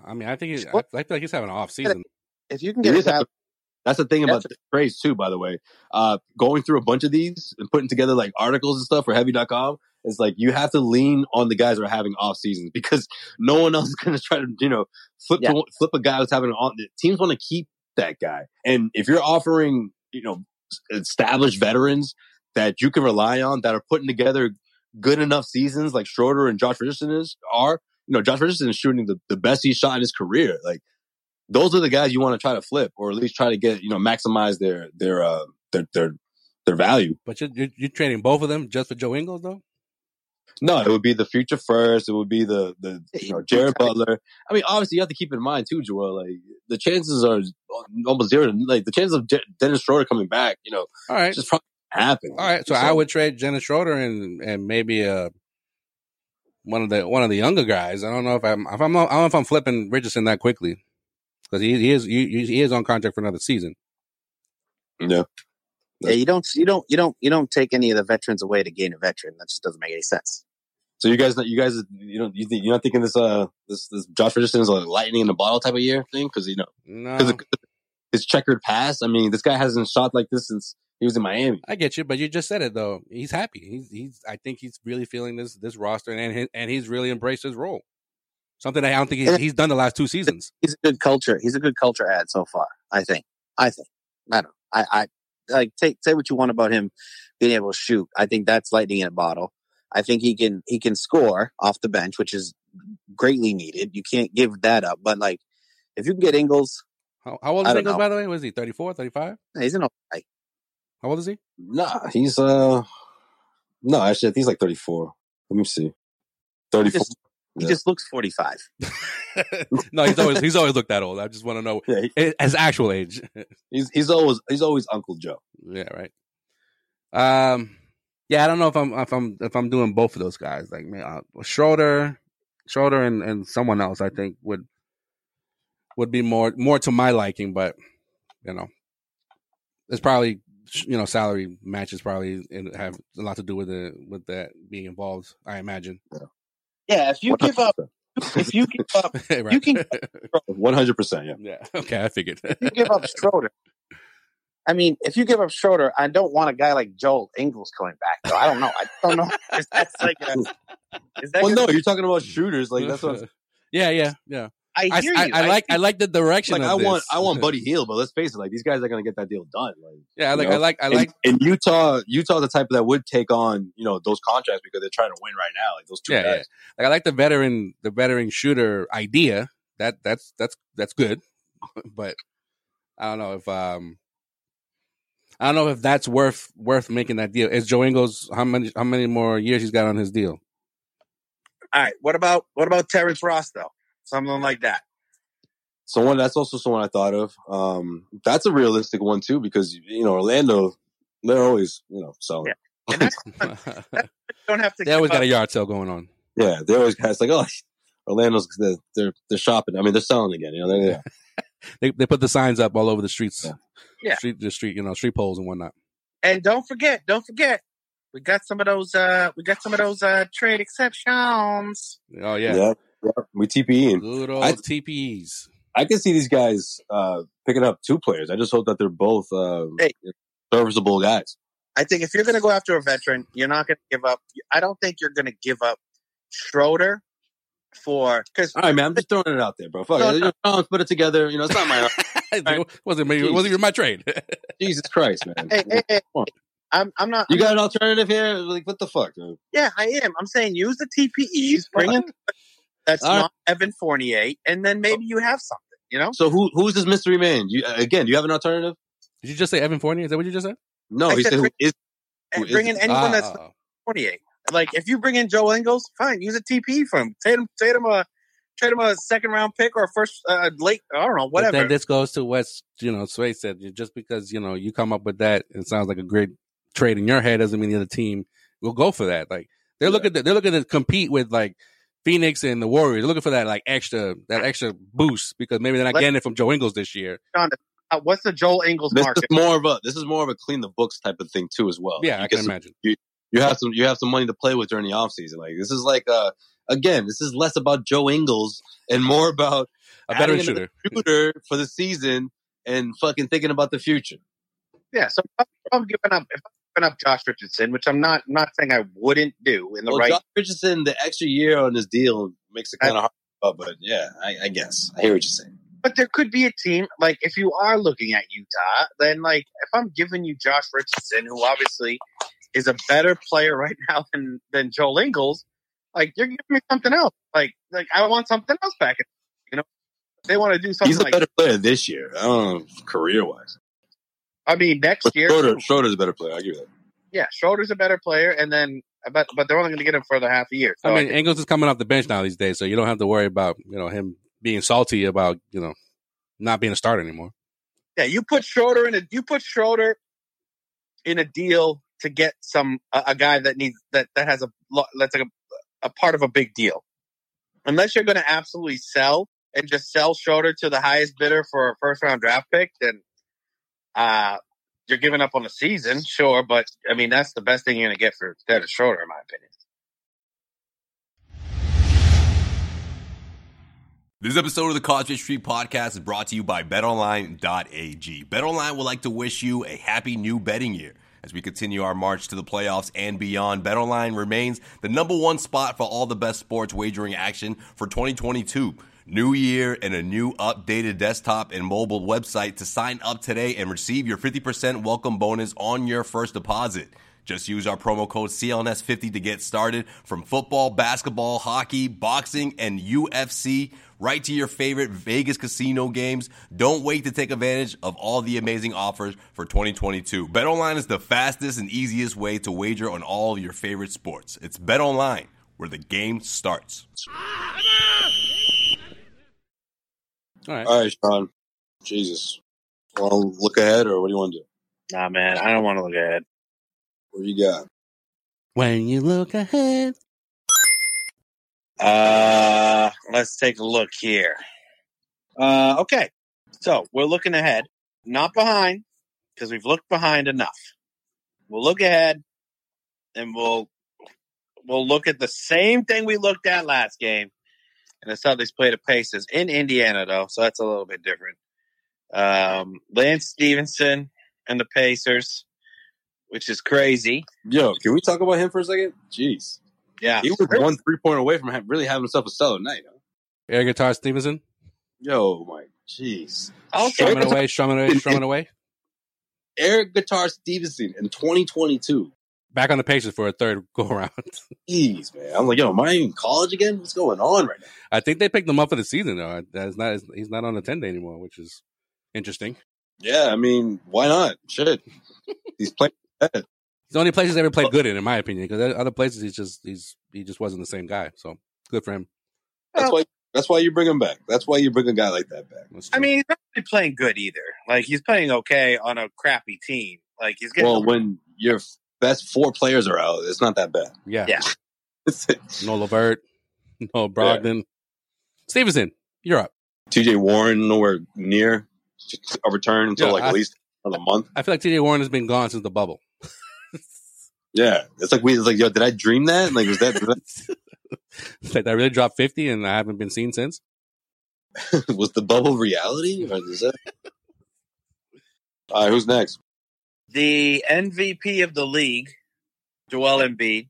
[SPEAKER 2] I mean, I think he, I, I
[SPEAKER 4] What?
[SPEAKER 2] feel like he's having an off season.
[SPEAKER 4] If you can
[SPEAKER 1] It
[SPEAKER 4] get
[SPEAKER 1] is
[SPEAKER 4] that,
[SPEAKER 1] happening. That's the thing about the trades too, by the way. Uh, going through a bunch of these and putting together like articles and stuff for heavy.com is like you have to lean on the guys that are having off seasons because no one else is going to try to, you know, flip to, flip a guy who's having an off. the Teams want to keep that guy. And if you're offering, you know, established veterans that you can rely on that are putting together good enough seasons like Schroeder and Josh Richardson is, are, you know, Josh Richardson is shooting the, the best he's shot in his career. Like, those are the guys you want to try to flip or at least try to get you know maximize their their uh their their their value
[SPEAKER 2] But you're, you're, you're trading both of them just for Joe Ingles, though.
[SPEAKER 1] no it would be the future first it would be the the you know jared butler i mean obviously you have to keep in mind too joel like the chances are almost zero like the chances of De- dennis schroeder coming back you know
[SPEAKER 2] All right,
[SPEAKER 1] it's just probably not gonna happen
[SPEAKER 2] all right. So, I would trade Jenna Schroeder and and maybe uh one of the one of the younger guys. I don't know if I'm if I'm I don't know if I'm flipping Richardson that quickly because he, he is he, he is on contract for another season.
[SPEAKER 1] yeah
[SPEAKER 3] Yeah, you don't, you don't, you don't, you don't take any of the veterans away to gain a veteran. That just doesn't make any sense.
[SPEAKER 1] so you guys you guys you know you think you're not thinking this uh this this josh richardson is a lightning in the bottle type of year thing because you know
[SPEAKER 2] No,
[SPEAKER 1] because his checkered past i mean this guy hasn't shot like this since he was in miami
[SPEAKER 2] I get you, but you just said it though. He's happy. He's he's. I think he's really feeling this this roster and and, and he's really embraced his role. Something that I don't think he's, he's done the last two seasons.
[SPEAKER 3] He's a good culture. He's a good culture ad so far. I think. I think. I don't. Know. I, I like take say what you want about him being able to shoot. I think that's lightning in a bottle. I think he can he can score off the bench, which is greatly needed. You can't give that up. But like, if you can get Ingles,
[SPEAKER 2] How, how old
[SPEAKER 3] I
[SPEAKER 2] is
[SPEAKER 3] don't
[SPEAKER 2] Ingles,
[SPEAKER 3] know.
[SPEAKER 2] by the way? What is he? 34, 35?
[SPEAKER 3] he's an old guy.
[SPEAKER 2] How old is he?
[SPEAKER 1] Nah, he's uh no, actually I think he's like thirty four. Let me see. Thirty four.
[SPEAKER 3] Just- He
[SPEAKER 1] Yeah.
[SPEAKER 3] just looks forty five.
[SPEAKER 2] no, he's always he's always looked that old. I just want to know
[SPEAKER 1] Yeah, he-
[SPEAKER 2] i- his actual age.
[SPEAKER 1] he's he's always he's always Uncle Joe.
[SPEAKER 2] yeah, right. Um, yeah, I don't know if I'm if I'm if I'm doing both of those guys. Like man, uh, Schroeder, Schroeder, and and someone else. I think would would be more more to my liking, but you know, it's probably you know salary matches probably and have a lot to do with the with that being involved. I imagine.
[SPEAKER 4] yeah. If you give up, if you give up,
[SPEAKER 2] right.
[SPEAKER 4] You can-
[SPEAKER 1] one hundred percent. Yeah,
[SPEAKER 2] yeah. Okay, I figured.
[SPEAKER 3] you give up Schroeder. I mean, if you give up Schroeder, I don't want a guy like Joel Ingles coming back. Though I don't know. I don't know. That's like a, is that
[SPEAKER 1] Well,
[SPEAKER 3] gonna-
[SPEAKER 1] no, you're talking about shooters. Like that's what. I'm-
[SPEAKER 2] yeah, yeah, yeah.
[SPEAKER 4] I
[SPEAKER 2] I,
[SPEAKER 4] hear
[SPEAKER 2] I-
[SPEAKER 4] you.
[SPEAKER 2] I like I
[SPEAKER 4] think-
[SPEAKER 2] like the direction.
[SPEAKER 1] Like
[SPEAKER 2] of
[SPEAKER 1] I want,
[SPEAKER 2] this.
[SPEAKER 1] I want Buddy Heal, but let's face it, like these guys are gonna get that deal done. Like
[SPEAKER 2] Yeah, like
[SPEAKER 1] you know,
[SPEAKER 2] I like I like
[SPEAKER 1] and, and Utah, Utah's the type that would take on you know those contracts because they're trying to win right now. Like those two
[SPEAKER 2] Yeah,
[SPEAKER 1] guys.
[SPEAKER 2] yeah. like I like the veteran the veteran shooter idea. That that's that's that's good, but I don't know if um I don't know if that's worth worth making that deal. Is Joe Ingles how many how many more years he's got on his deal?
[SPEAKER 4] All right. What about what about Terrence Ross though? Something like that.
[SPEAKER 1] Someone that's also someone I thought of. Um, that's a realistic one too because you know Orlando, they're always you know selling.
[SPEAKER 4] Yeah.
[SPEAKER 1] Yeah,
[SPEAKER 2] they
[SPEAKER 4] Don't have to. give
[SPEAKER 2] always
[SPEAKER 4] up.
[SPEAKER 2] got a yard sale going on.
[SPEAKER 1] they're always guys like oh, Orlando's they're they're, they're shopping. I mean they're selling again. You know they're, they're-
[SPEAKER 2] They they put the signs up all over the streets,
[SPEAKER 1] Yeah.
[SPEAKER 4] Yeah.
[SPEAKER 2] street the street you know street poles and whatnot.
[SPEAKER 4] And don't forget, don't forget, we got some of those. uh We got some of those uh trade exceptions.
[SPEAKER 2] Oh yeah,
[SPEAKER 1] yeah. yeah. we TPE. And
[SPEAKER 2] good old
[SPEAKER 1] I-
[SPEAKER 2] TPEs.
[SPEAKER 1] I can see these guys uh, picking up two players. I just hope that they're both uh,
[SPEAKER 4] Hey.
[SPEAKER 1] serviceable guys.
[SPEAKER 4] I think if you're going to go after a veteran, you're not going to give up. I don't think you're going to give up Schroeder for because
[SPEAKER 1] All right, man. I'm just throwing it out there, bro. Fuck
[SPEAKER 4] No,
[SPEAKER 1] it.
[SPEAKER 4] no.
[SPEAKER 1] You know, put it together. You know, it's not mine.
[SPEAKER 2] It wasn't me. It wasn't even my trade.
[SPEAKER 1] Jesus Christ, man.
[SPEAKER 4] hey, hey, hey,
[SPEAKER 1] Come on.
[SPEAKER 4] I'm I'm not.
[SPEAKER 1] You got an alternative here? Like, what the fuck? Uh, man?
[SPEAKER 4] yeah, I am. I'm saying use the TPEs. Bring in that's
[SPEAKER 1] All right.
[SPEAKER 4] not Evan Fournier, and
[SPEAKER 2] Oh.
[SPEAKER 4] then maybe you have something. You know,
[SPEAKER 1] So who who's this mystery man? You, uh, again, do you have an alternative?
[SPEAKER 2] Did you just say Evan Fournier? Is that what you just said?
[SPEAKER 1] No,
[SPEAKER 4] I
[SPEAKER 1] he
[SPEAKER 4] said
[SPEAKER 1] said who
[SPEAKER 4] Rick-
[SPEAKER 1] is
[SPEAKER 4] And
[SPEAKER 1] Who
[SPEAKER 4] eh, bring
[SPEAKER 1] is-
[SPEAKER 4] in anyone that's
[SPEAKER 2] Ah,
[SPEAKER 4] Fournier. Like if you bring in Joe Ingles, fine, use a TPE for him. Trade him, trade him a, trade him a second round pick or a first uh, late. I don't know,
[SPEAKER 2] But
[SPEAKER 4] whatever.
[SPEAKER 2] then this goes to what you know Sway said. Just because you know you come up with that, it sounds like a great trade in your head doesn't mean the other team will go for that. Like they're
[SPEAKER 1] Yeah.
[SPEAKER 2] looking, to, they're looking to compete with like Phoenix and the Warriors. They're looking for that like extra that extra boost because maybe they're not
[SPEAKER 4] Let-
[SPEAKER 2] getting it from Joe Ingles this year.
[SPEAKER 4] Uh, what's the Joel Ingles
[SPEAKER 1] this is
[SPEAKER 4] market?
[SPEAKER 1] more of a this is more of a clean the books type of thing too as well.
[SPEAKER 2] yeah,
[SPEAKER 1] Oh, you
[SPEAKER 2] I
[SPEAKER 1] get
[SPEAKER 2] can
[SPEAKER 1] some-
[SPEAKER 2] imagine.
[SPEAKER 1] you have some you have some money to play with during the offseason. Like this is like uh again, this is less about Joe Ingles and more about
[SPEAKER 2] A better
[SPEAKER 1] adding another
[SPEAKER 2] shooter.
[SPEAKER 1] shooter for the season and fucking thinking about the future.
[SPEAKER 4] Yeah, so if I'm- if I'm giving up, if I'm giving up Josh Richardson, which I'm not, I'm not saying I wouldn't do in the
[SPEAKER 1] well,
[SPEAKER 4] right.
[SPEAKER 1] Josh Richardson, the extra year on this deal makes it kind of hard. But, but yeah, I, I guess I hear what you're saying.
[SPEAKER 4] but there could be a team like if you are looking at Utah, then like if I'm giving you Josh Richardson, who obviously is a better player right now than than Joel Ingles, like you're giving me something else. Like like I want something else back. You know, they want to do something
[SPEAKER 1] He's a
[SPEAKER 4] like
[SPEAKER 1] better player this year, I don't know, career wise.
[SPEAKER 4] I mean next
[SPEAKER 1] But
[SPEAKER 4] year.
[SPEAKER 1] Schroeder, Schroeder's a better player. I give you that.
[SPEAKER 4] Yeah, Schroeder's a better player, and then but but they're only going to get him for the half a year.
[SPEAKER 1] Oh,
[SPEAKER 4] So
[SPEAKER 2] I mean, Ingles is coming off the bench now these days, so you don't have to worry about you know him being salty about you know not being a starter anymore.
[SPEAKER 4] Yeah, you put Schroeder in a you put Schroeder in a deal to get some a, a guy that needs that that has a lo- that's like a, a part of a big deal. Unless you're going to absolutely sell and just sell Schroeder to the highest bidder for a first round draft pick, then uh you're giving up on the season, sure, but I mean that's the best thing you're going to get for Dennis Schroeder, in my opinion.
[SPEAKER 5] This episode of the Causeway Street Podcast is brought to you by BetOnline.ag. BetOnline would like to wish you a happy new betting year. As we continue our march to the playoffs and beyond, BetOnline remains the number one spot for all the best sports wagering action for 2022. New year and a new updated desktop and mobile website to sign up today and receive your 50% welcome bonus on your first deposit. Just use our promo code CLNS50 to get started from football, basketball, hockey, boxing, and UFC right to your favorite Vegas casino games. Don't wait to take advantage of all the amazing offers for 2022. BetOnline is the fastest and easiest way to wager on all of your favorite sports. It's BetOnline where the game starts.
[SPEAKER 2] All right.
[SPEAKER 1] All right, Sean. Jesus. Want to look ahead, or what do you want to do?
[SPEAKER 4] Nah, man, I don't want to look at it.
[SPEAKER 1] What do you got?
[SPEAKER 2] When you look ahead,
[SPEAKER 4] Uh, let's take a look here. Uh, okay, so we're looking ahead, not behind, because we've looked behind enough. We'll look ahead, and we'll we'll look at the same thing we looked at last game. And the Celtics play the Pacers in Indiana, though, so that's a little bit different. Um, Lance Stevenson and the Pacers, which is crazy.
[SPEAKER 1] Yo, can we talk about him for a second? Jeez,
[SPEAKER 4] Yeah,
[SPEAKER 1] he was one three point away from ha- really having himself a solid night. Huh?
[SPEAKER 2] air guitar Stevenson.
[SPEAKER 1] Yo, my jeez.
[SPEAKER 4] Also,
[SPEAKER 2] Strumming away, strumming away, strumming away.
[SPEAKER 1] Eric Guitar Stevenson in 2022.
[SPEAKER 2] Back on the Pacers for a third go around.
[SPEAKER 1] Jeez, man. I'm like, yo, am I in college again? What's going on right now?
[SPEAKER 2] I think they picked him up for the season though. That's not he's not on the ten day anymore, which is interesting.
[SPEAKER 1] Yeah, I mean, why not? Shit. He's playing.
[SPEAKER 2] It's the only place he's ever played good in, in my opinion, because other places he's just he's he just wasn't the same guy. So good for him.
[SPEAKER 1] That's why. That's why you bring him back. That's why you bring a guy like that back.
[SPEAKER 2] That's
[SPEAKER 4] I
[SPEAKER 2] true.
[SPEAKER 4] mean, he's not really playing good either. Like he's playing okay on a crappy team. Like he's getting
[SPEAKER 1] Well, when your best four players are out, it's not that bad.
[SPEAKER 2] yeah,
[SPEAKER 4] yeah.
[SPEAKER 2] no Levert, no Brogdon, Stevenson, you're up.
[SPEAKER 1] T.J. Warren nowhere near a return until
[SPEAKER 2] Yeah,
[SPEAKER 1] like
[SPEAKER 2] I-
[SPEAKER 1] at least another month.
[SPEAKER 2] I feel like T.J. Warren has been gone since the bubble.
[SPEAKER 1] Yeah, it's like we. It's like, yo, did I dream that? Like, was that, was
[SPEAKER 2] It's like I really dropped fifty, and I haven't been seen since.
[SPEAKER 1] that was the bubble reality? Or is that... All right, who's next?
[SPEAKER 4] the MVP of the league, Joel Embiid.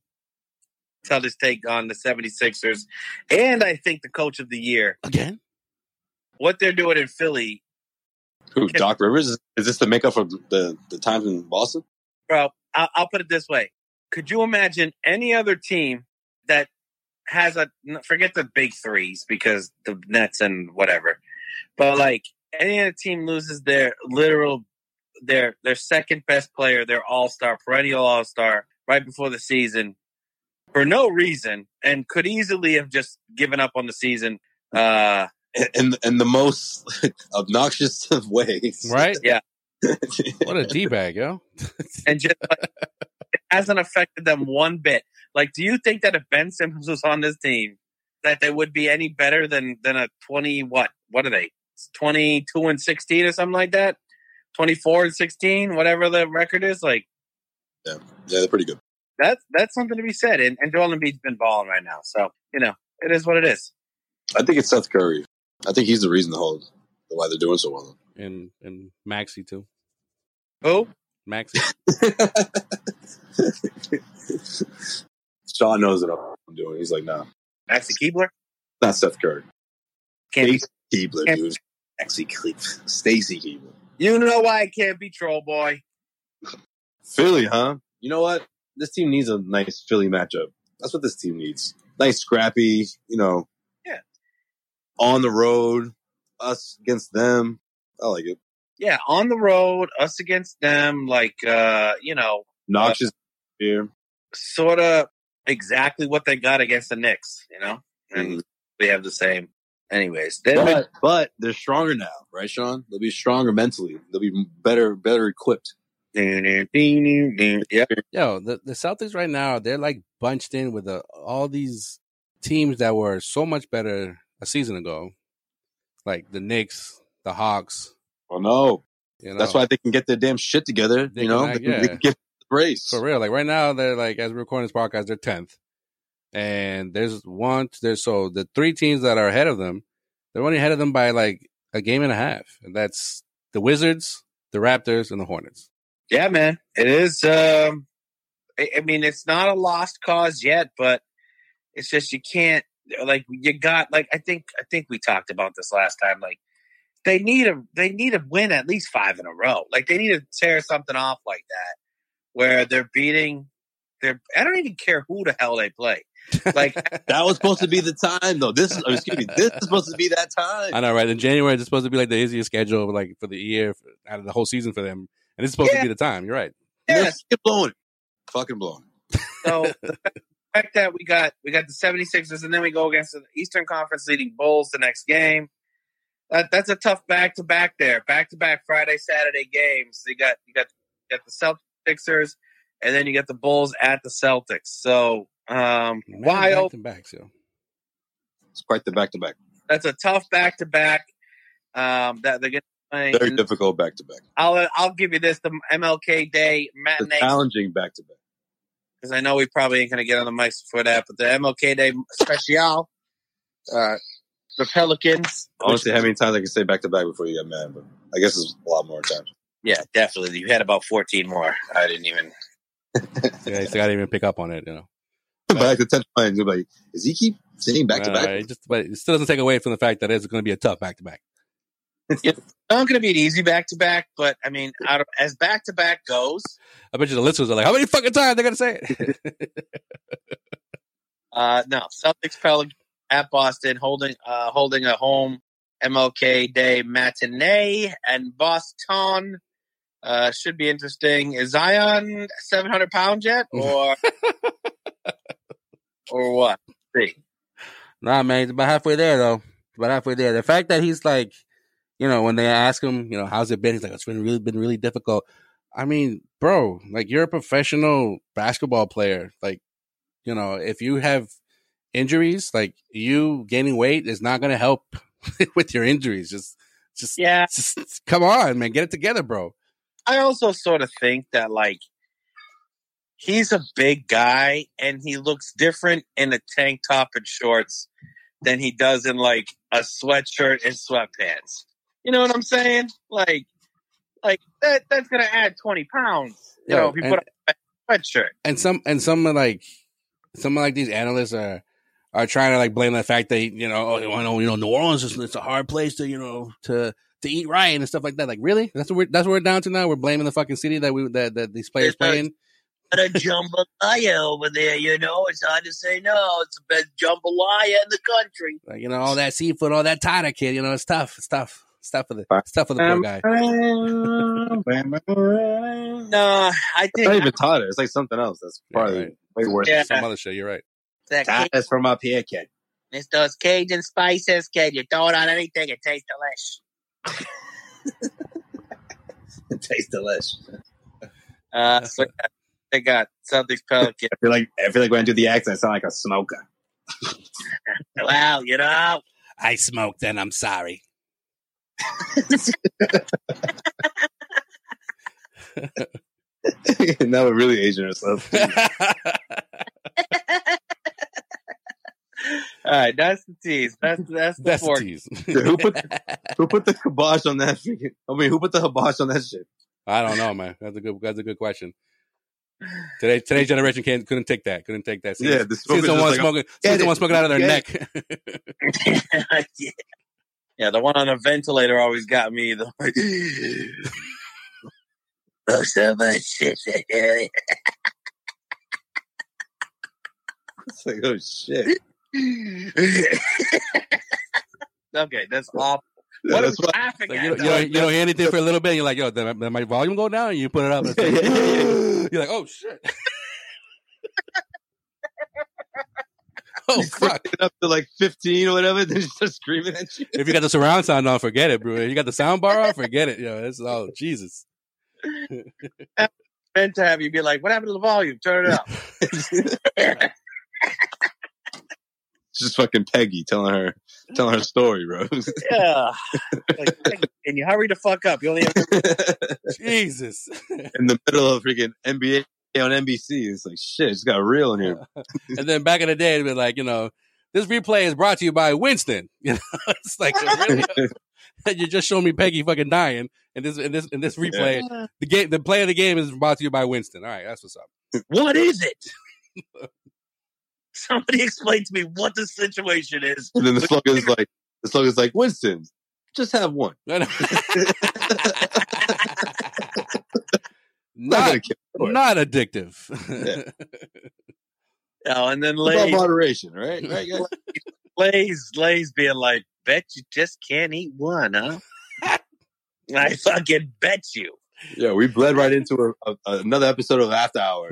[SPEAKER 4] Celtics take on the 76ers. And I think the coach of the year.
[SPEAKER 2] Again,
[SPEAKER 4] What they're doing in Philly,
[SPEAKER 1] Who? Doc Rivers? Is, is this the makeup of the the times in Boston?
[SPEAKER 4] bro, I'll, I'll put it this way. Could you imagine any other team that has a, n- forget the big threes because the Nets and whatever, but like any other team loses their literal, their, their second best player, their all star, perennial all star right before the season for no reason and could easily have just given up on the season. Uh,
[SPEAKER 1] In in the most obnoxious of ways,
[SPEAKER 2] right?
[SPEAKER 4] Yeah.
[SPEAKER 2] What a d bag, yo.
[SPEAKER 4] and just like, it hasn't affected them one bit. Like, do you think that if Ben Simmons was on this team, that they would be any better than than a twenty what? What are they? Twenty two and sixteen or something like that. Twenty four and sixteen, whatever the record is. Like
[SPEAKER 1] Yeah, they're pretty good.
[SPEAKER 4] that's that's something to be said. And, and Joel Embiid's been balling right now, so you know it is what it is.
[SPEAKER 1] I think it's Seth Curry. I think he's the reason the whole why they're doing so well.
[SPEAKER 2] And and Maxi too.
[SPEAKER 4] Who?
[SPEAKER 2] Maxi.
[SPEAKER 1] Sean knows what I'm doing. He's like, nah,
[SPEAKER 4] Maxi Keebler?
[SPEAKER 1] not Seth Curry.
[SPEAKER 4] Can't be.
[SPEAKER 1] Keebler,
[SPEAKER 4] Can't-
[SPEAKER 1] dude. Actually, Keebler. Stacy Keebler.
[SPEAKER 4] You know why it can't be troll boy?
[SPEAKER 1] Philly, huh? You know what? This team needs a nice Philly matchup. That's what this team needs. Nice, scrappy, you know.
[SPEAKER 4] Yeah.
[SPEAKER 1] On the road, us against them. I like it.
[SPEAKER 4] Yeah, on the road, us against them. Like, uh, you know,
[SPEAKER 1] Noxious here.
[SPEAKER 4] sort of exactly what they got against the Knicks, you know? And we have the same. Anyways, then
[SPEAKER 1] But, but they're stronger now, right, Sean? They'll be stronger mentally. They'll be better, better equipped.
[SPEAKER 4] yeah,
[SPEAKER 2] Yo, the, the Celtics right now, they're like bunched in with the, all these teams that were so much better a season ago, like the Knicks, the Hawks.
[SPEAKER 1] Well, no,
[SPEAKER 2] You know,
[SPEAKER 1] that's why they can get their damn shit together.
[SPEAKER 2] They
[SPEAKER 1] you
[SPEAKER 2] can
[SPEAKER 1] know,
[SPEAKER 2] act-
[SPEAKER 1] they, can,
[SPEAKER 2] yeah.
[SPEAKER 1] they can get the race.
[SPEAKER 2] for real. Like right now, they're like as we're recording this podcast, they're tenth, and there's one. There's so the three teams that are ahead of them, they're only ahead of them by like a game and a half, and that's the Wizards, the Raptors, and the Hornets.
[SPEAKER 4] yeah, man. It is um I, I mean it's not a lost cause yet, but it's just you can't like you got like I think I think we talked about this last time. Like they need a they need to win at least five in a row. Like they need to tear something off like that where they're beating they're I don't even care who the hell they play. Like
[SPEAKER 1] That was supposed to be the time, though. This is, oh, excuse me, this is supposed to be that time.
[SPEAKER 2] I know, right? In January, it's supposed to be like the easiest schedule, like for the year, out of the whole season for them, and it's supposed
[SPEAKER 4] Yeah.
[SPEAKER 2] to be the time. You're right.
[SPEAKER 4] Yes.
[SPEAKER 1] Fucking blowing it. Fucking blowing it.
[SPEAKER 4] So the fact that we got we got the 76ers and then we go against the Eastern Conference leading Bulls the next game. That, that's a tough back to back there. Back to back Friday Saturday games. You got you got you got the Celtics and then you got the Bulls at the Celtics. So um wild.
[SPEAKER 2] back so
[SPEAKER 1] It's quite the back to back.
[SPEAKER 4] That's a tough back to back. Um that they're gonna play.
[SPEAKER 1] Very
[SPEAKER 4] And
[SPEAKER 1] difficult back to back.
[SPEAKER 4] I'll I'll give you this the MLK Day matinee
[SPEAKER 1] Challenging back to back.
[SPEAKER 4] because I know we probably ain't gonna get on the mics for that. But the MLK Day special, uh, the Pelicans.
[SPEAKER 1] I don't see how many times I can say back to back before you get mad, but I guess it's a lot more times.
[SPEAKER 4] Yeah, definitely. You had about fourteen more. I didn't even.
[SPEAKER 2] yeah, so I didn't even pick up on it. You know,
[SPEAKER 1] back to ten times. Like, does he keep saying back to
[SPEAKER 2] Uh,
[SPEAKER 1] back?
[SPEAKER 2] it just, but it still doesn't take away from the fact that it's going to be a tough back to back.
[SPEAKER 4] Not going to be an easy back to back, but I mean, out of, as back to back goes,
[SPEAKER 2] I bet you the listeners are like, how many fucking times they going to say it?
[SPEAKER 4] Uh, no, Celtics Pelicans at Boston holding uh, holding a home MLK Day matinee and Boston uh, should be interesting. Is Zion seven hundred pounds yet, or or what? See,
[SPEAKER 2] nah, man, he's about halfway there though. He's About halfway there. The fact that he's like, you know, when they ask him, you know, how's it been? He's like, it's been really been really difficult. I mean, bro, like you're a professional basketball player. Like, you know, if you have injuries, like you gaining weight is not going to help with your injuries. Just, just,
[SPEAKER 4] yeah,
[SPEAKER 2] just come on, man, get it together, bro.
[SPEAKER 4] I also sort of think that like he's a big guy and he looks different in a tank top and shorts than he does in like a sweatshirt and sweatpants. You know what I'm saying? Like, like that that's gonna add twenty pounds. You
[SPEAKER 2] Yeah,
[SPEAKER 4] know, if you
[SPEAKER 2] and-
[SPEAKER 4] put on a sweatshirt.
[SPEAKER 2] and some and some are like some like these analysts are are trying to like blame the fact that you know oh, you know you know New Orleans is it's a hard place to you know to to eat right and stuff like that. Like really, that's what we're that's what we're down to now. We're blaming the fucking city that we that, that these players
[SPEAKER 4] Yeah,
[SPEAKER 2] play in.
[SPEAKER 4] But a jambalaya over there, you know. It's hard to say no. It's the best jambalaya in the country.
[SPEAKER 2] Like you know all that seafood, all that tata kid. You know it's tough. It's tough. It's tough for the it's tough for the
[SPEAKER 1] um,
[SPEAKER 2] poor guy.
[SPEAKER 4] Nah, I
[SPEAKER 1] It's not
[SPEAKER 4] think
[SPEAKER 1] even Tata. It's like something else. That's probably
[SPEAKER 2] Yeah, right.
[SPEAKER 1] way worse.
[SPEAKER 4] Yeah.
[SPEAKER 2] Some other shit. You're right.
[SPEAKER 4] that
[SPEAKER 1] Tata's from up here, kid.
[SPEAKER 4] It's those Cajun spices. Can you throw it on anything? It tastes delicious.
[SPEAKER 1] It tastes delicious.
[SPEAKER 4] Uh, so yeah, they got Celtics Pelican.
[SPEAKER 1] I feel like I feel like when I do the accent, I sound like a smoker.
[SPEAKER 4] wow, you know.
[SPEAKER 2] I smoked and I'm sorry.
[SPEAKER 1] now we're really Asian ourselves.
[SPEAKER 4] All right, that's the tease. That's that's the
[SPEAKER 2] That's the
[SPEAKER 4] fork.
[SPEAKER 2] tease.
[SPEAKER 1] who put who put the kibosh on that? Freaking, I mean, who put the kibosh on that shit?
[SPEAKER 2] I don't know, man. That's a good. That's a good question. Today, today's generation can't couldn't take that. Couldn't take that.
[SPEAKER 1] Yeah, the
[SPEAKER 2] see
[SPEAKER 1] smoker's
[SPEAKER 2] someone
[SPEAKER 1] just like,
[SPEAKER 2] smoking. See
[SPEAKER 1] "Get it.
[SPEAKER 2] someone smoking out of their
[SPEAKER 1] Get
[SPEAKER 2] neck.
[SPEAKER 4] yeah. Yeah, the one on the ventilator always got me. The oh, so much shit.
[SPEAKER 1] It's like, oh shit.
[SPEAKER 4] okay, that's awful.
[SPEAKER 1] Yeah,
[SPEAKER 4] What
[SPEAKER 1] that's
[SPEAKER 4] is laughing
[SPEAKER 2] Like,
[SPEAKER 4] at?
[SPEAKER 2] you, don't, you,
[SPEAKER 4] though?
[SPEAKER 2] don't, you don't hear anything for a little bit. And you're like, yo, did my, did my volume go down? And you put it up. and it's like, you're like, oh shit. oh fuck!
[SPEAKER 1] Get up to like fifteen or whatever, they start screaming at you.
[SPEAKER 2] If you got the surround sound on, forget it, bro. If you got the sound bar on, forget it. Yo, this is all Jesus.
[SPEAKER 4] meant to have you be like, "What happened to the volume? Turn it up."
[SPEAKER 1] It's just fucking Peggy telling her telling her story, bro.
[SPEAKER 4] yeah. Like, and you hurry the fuck up. You only have
[SPEAKER 2] Jesus.
[SPEAKER 1] in the middle of freaking NBA on NBC. It's like shit. It's got real in here.
[SPEAKER 2] And then back in the day, it'd be like, you know, this replay is brought to you by Winston. You know, it's like really? you just showed me Peggy fucking dying, and this and this and this replay, the game, the play of the game is brought to you by Winston. All right, that's what's up.
[SPEAKER 4] what is it? Somebody explain to me what the situation is.
[SPEAKER 1] And then the slogan is like the slogan is like Winston, just have one. Not
[SPEAKER 2] not
[SPEAKER 1] gonna kill. for it.
[SPEAKER 2] not addictive.
[SPEAKER 4] Oh, and then
[SPEAKER 1] It's all
[SPEAKER 4] Lay's,
[SPEAKER 1] moderation, right? Right. guys?
[SPEAKER 4] Lay's, Lay's being like, "Bet you just can't eat one, huh?" I fucking bet you.
[SPEAKER 1] Yeah, we bled right into a, a, another episode of After Hour.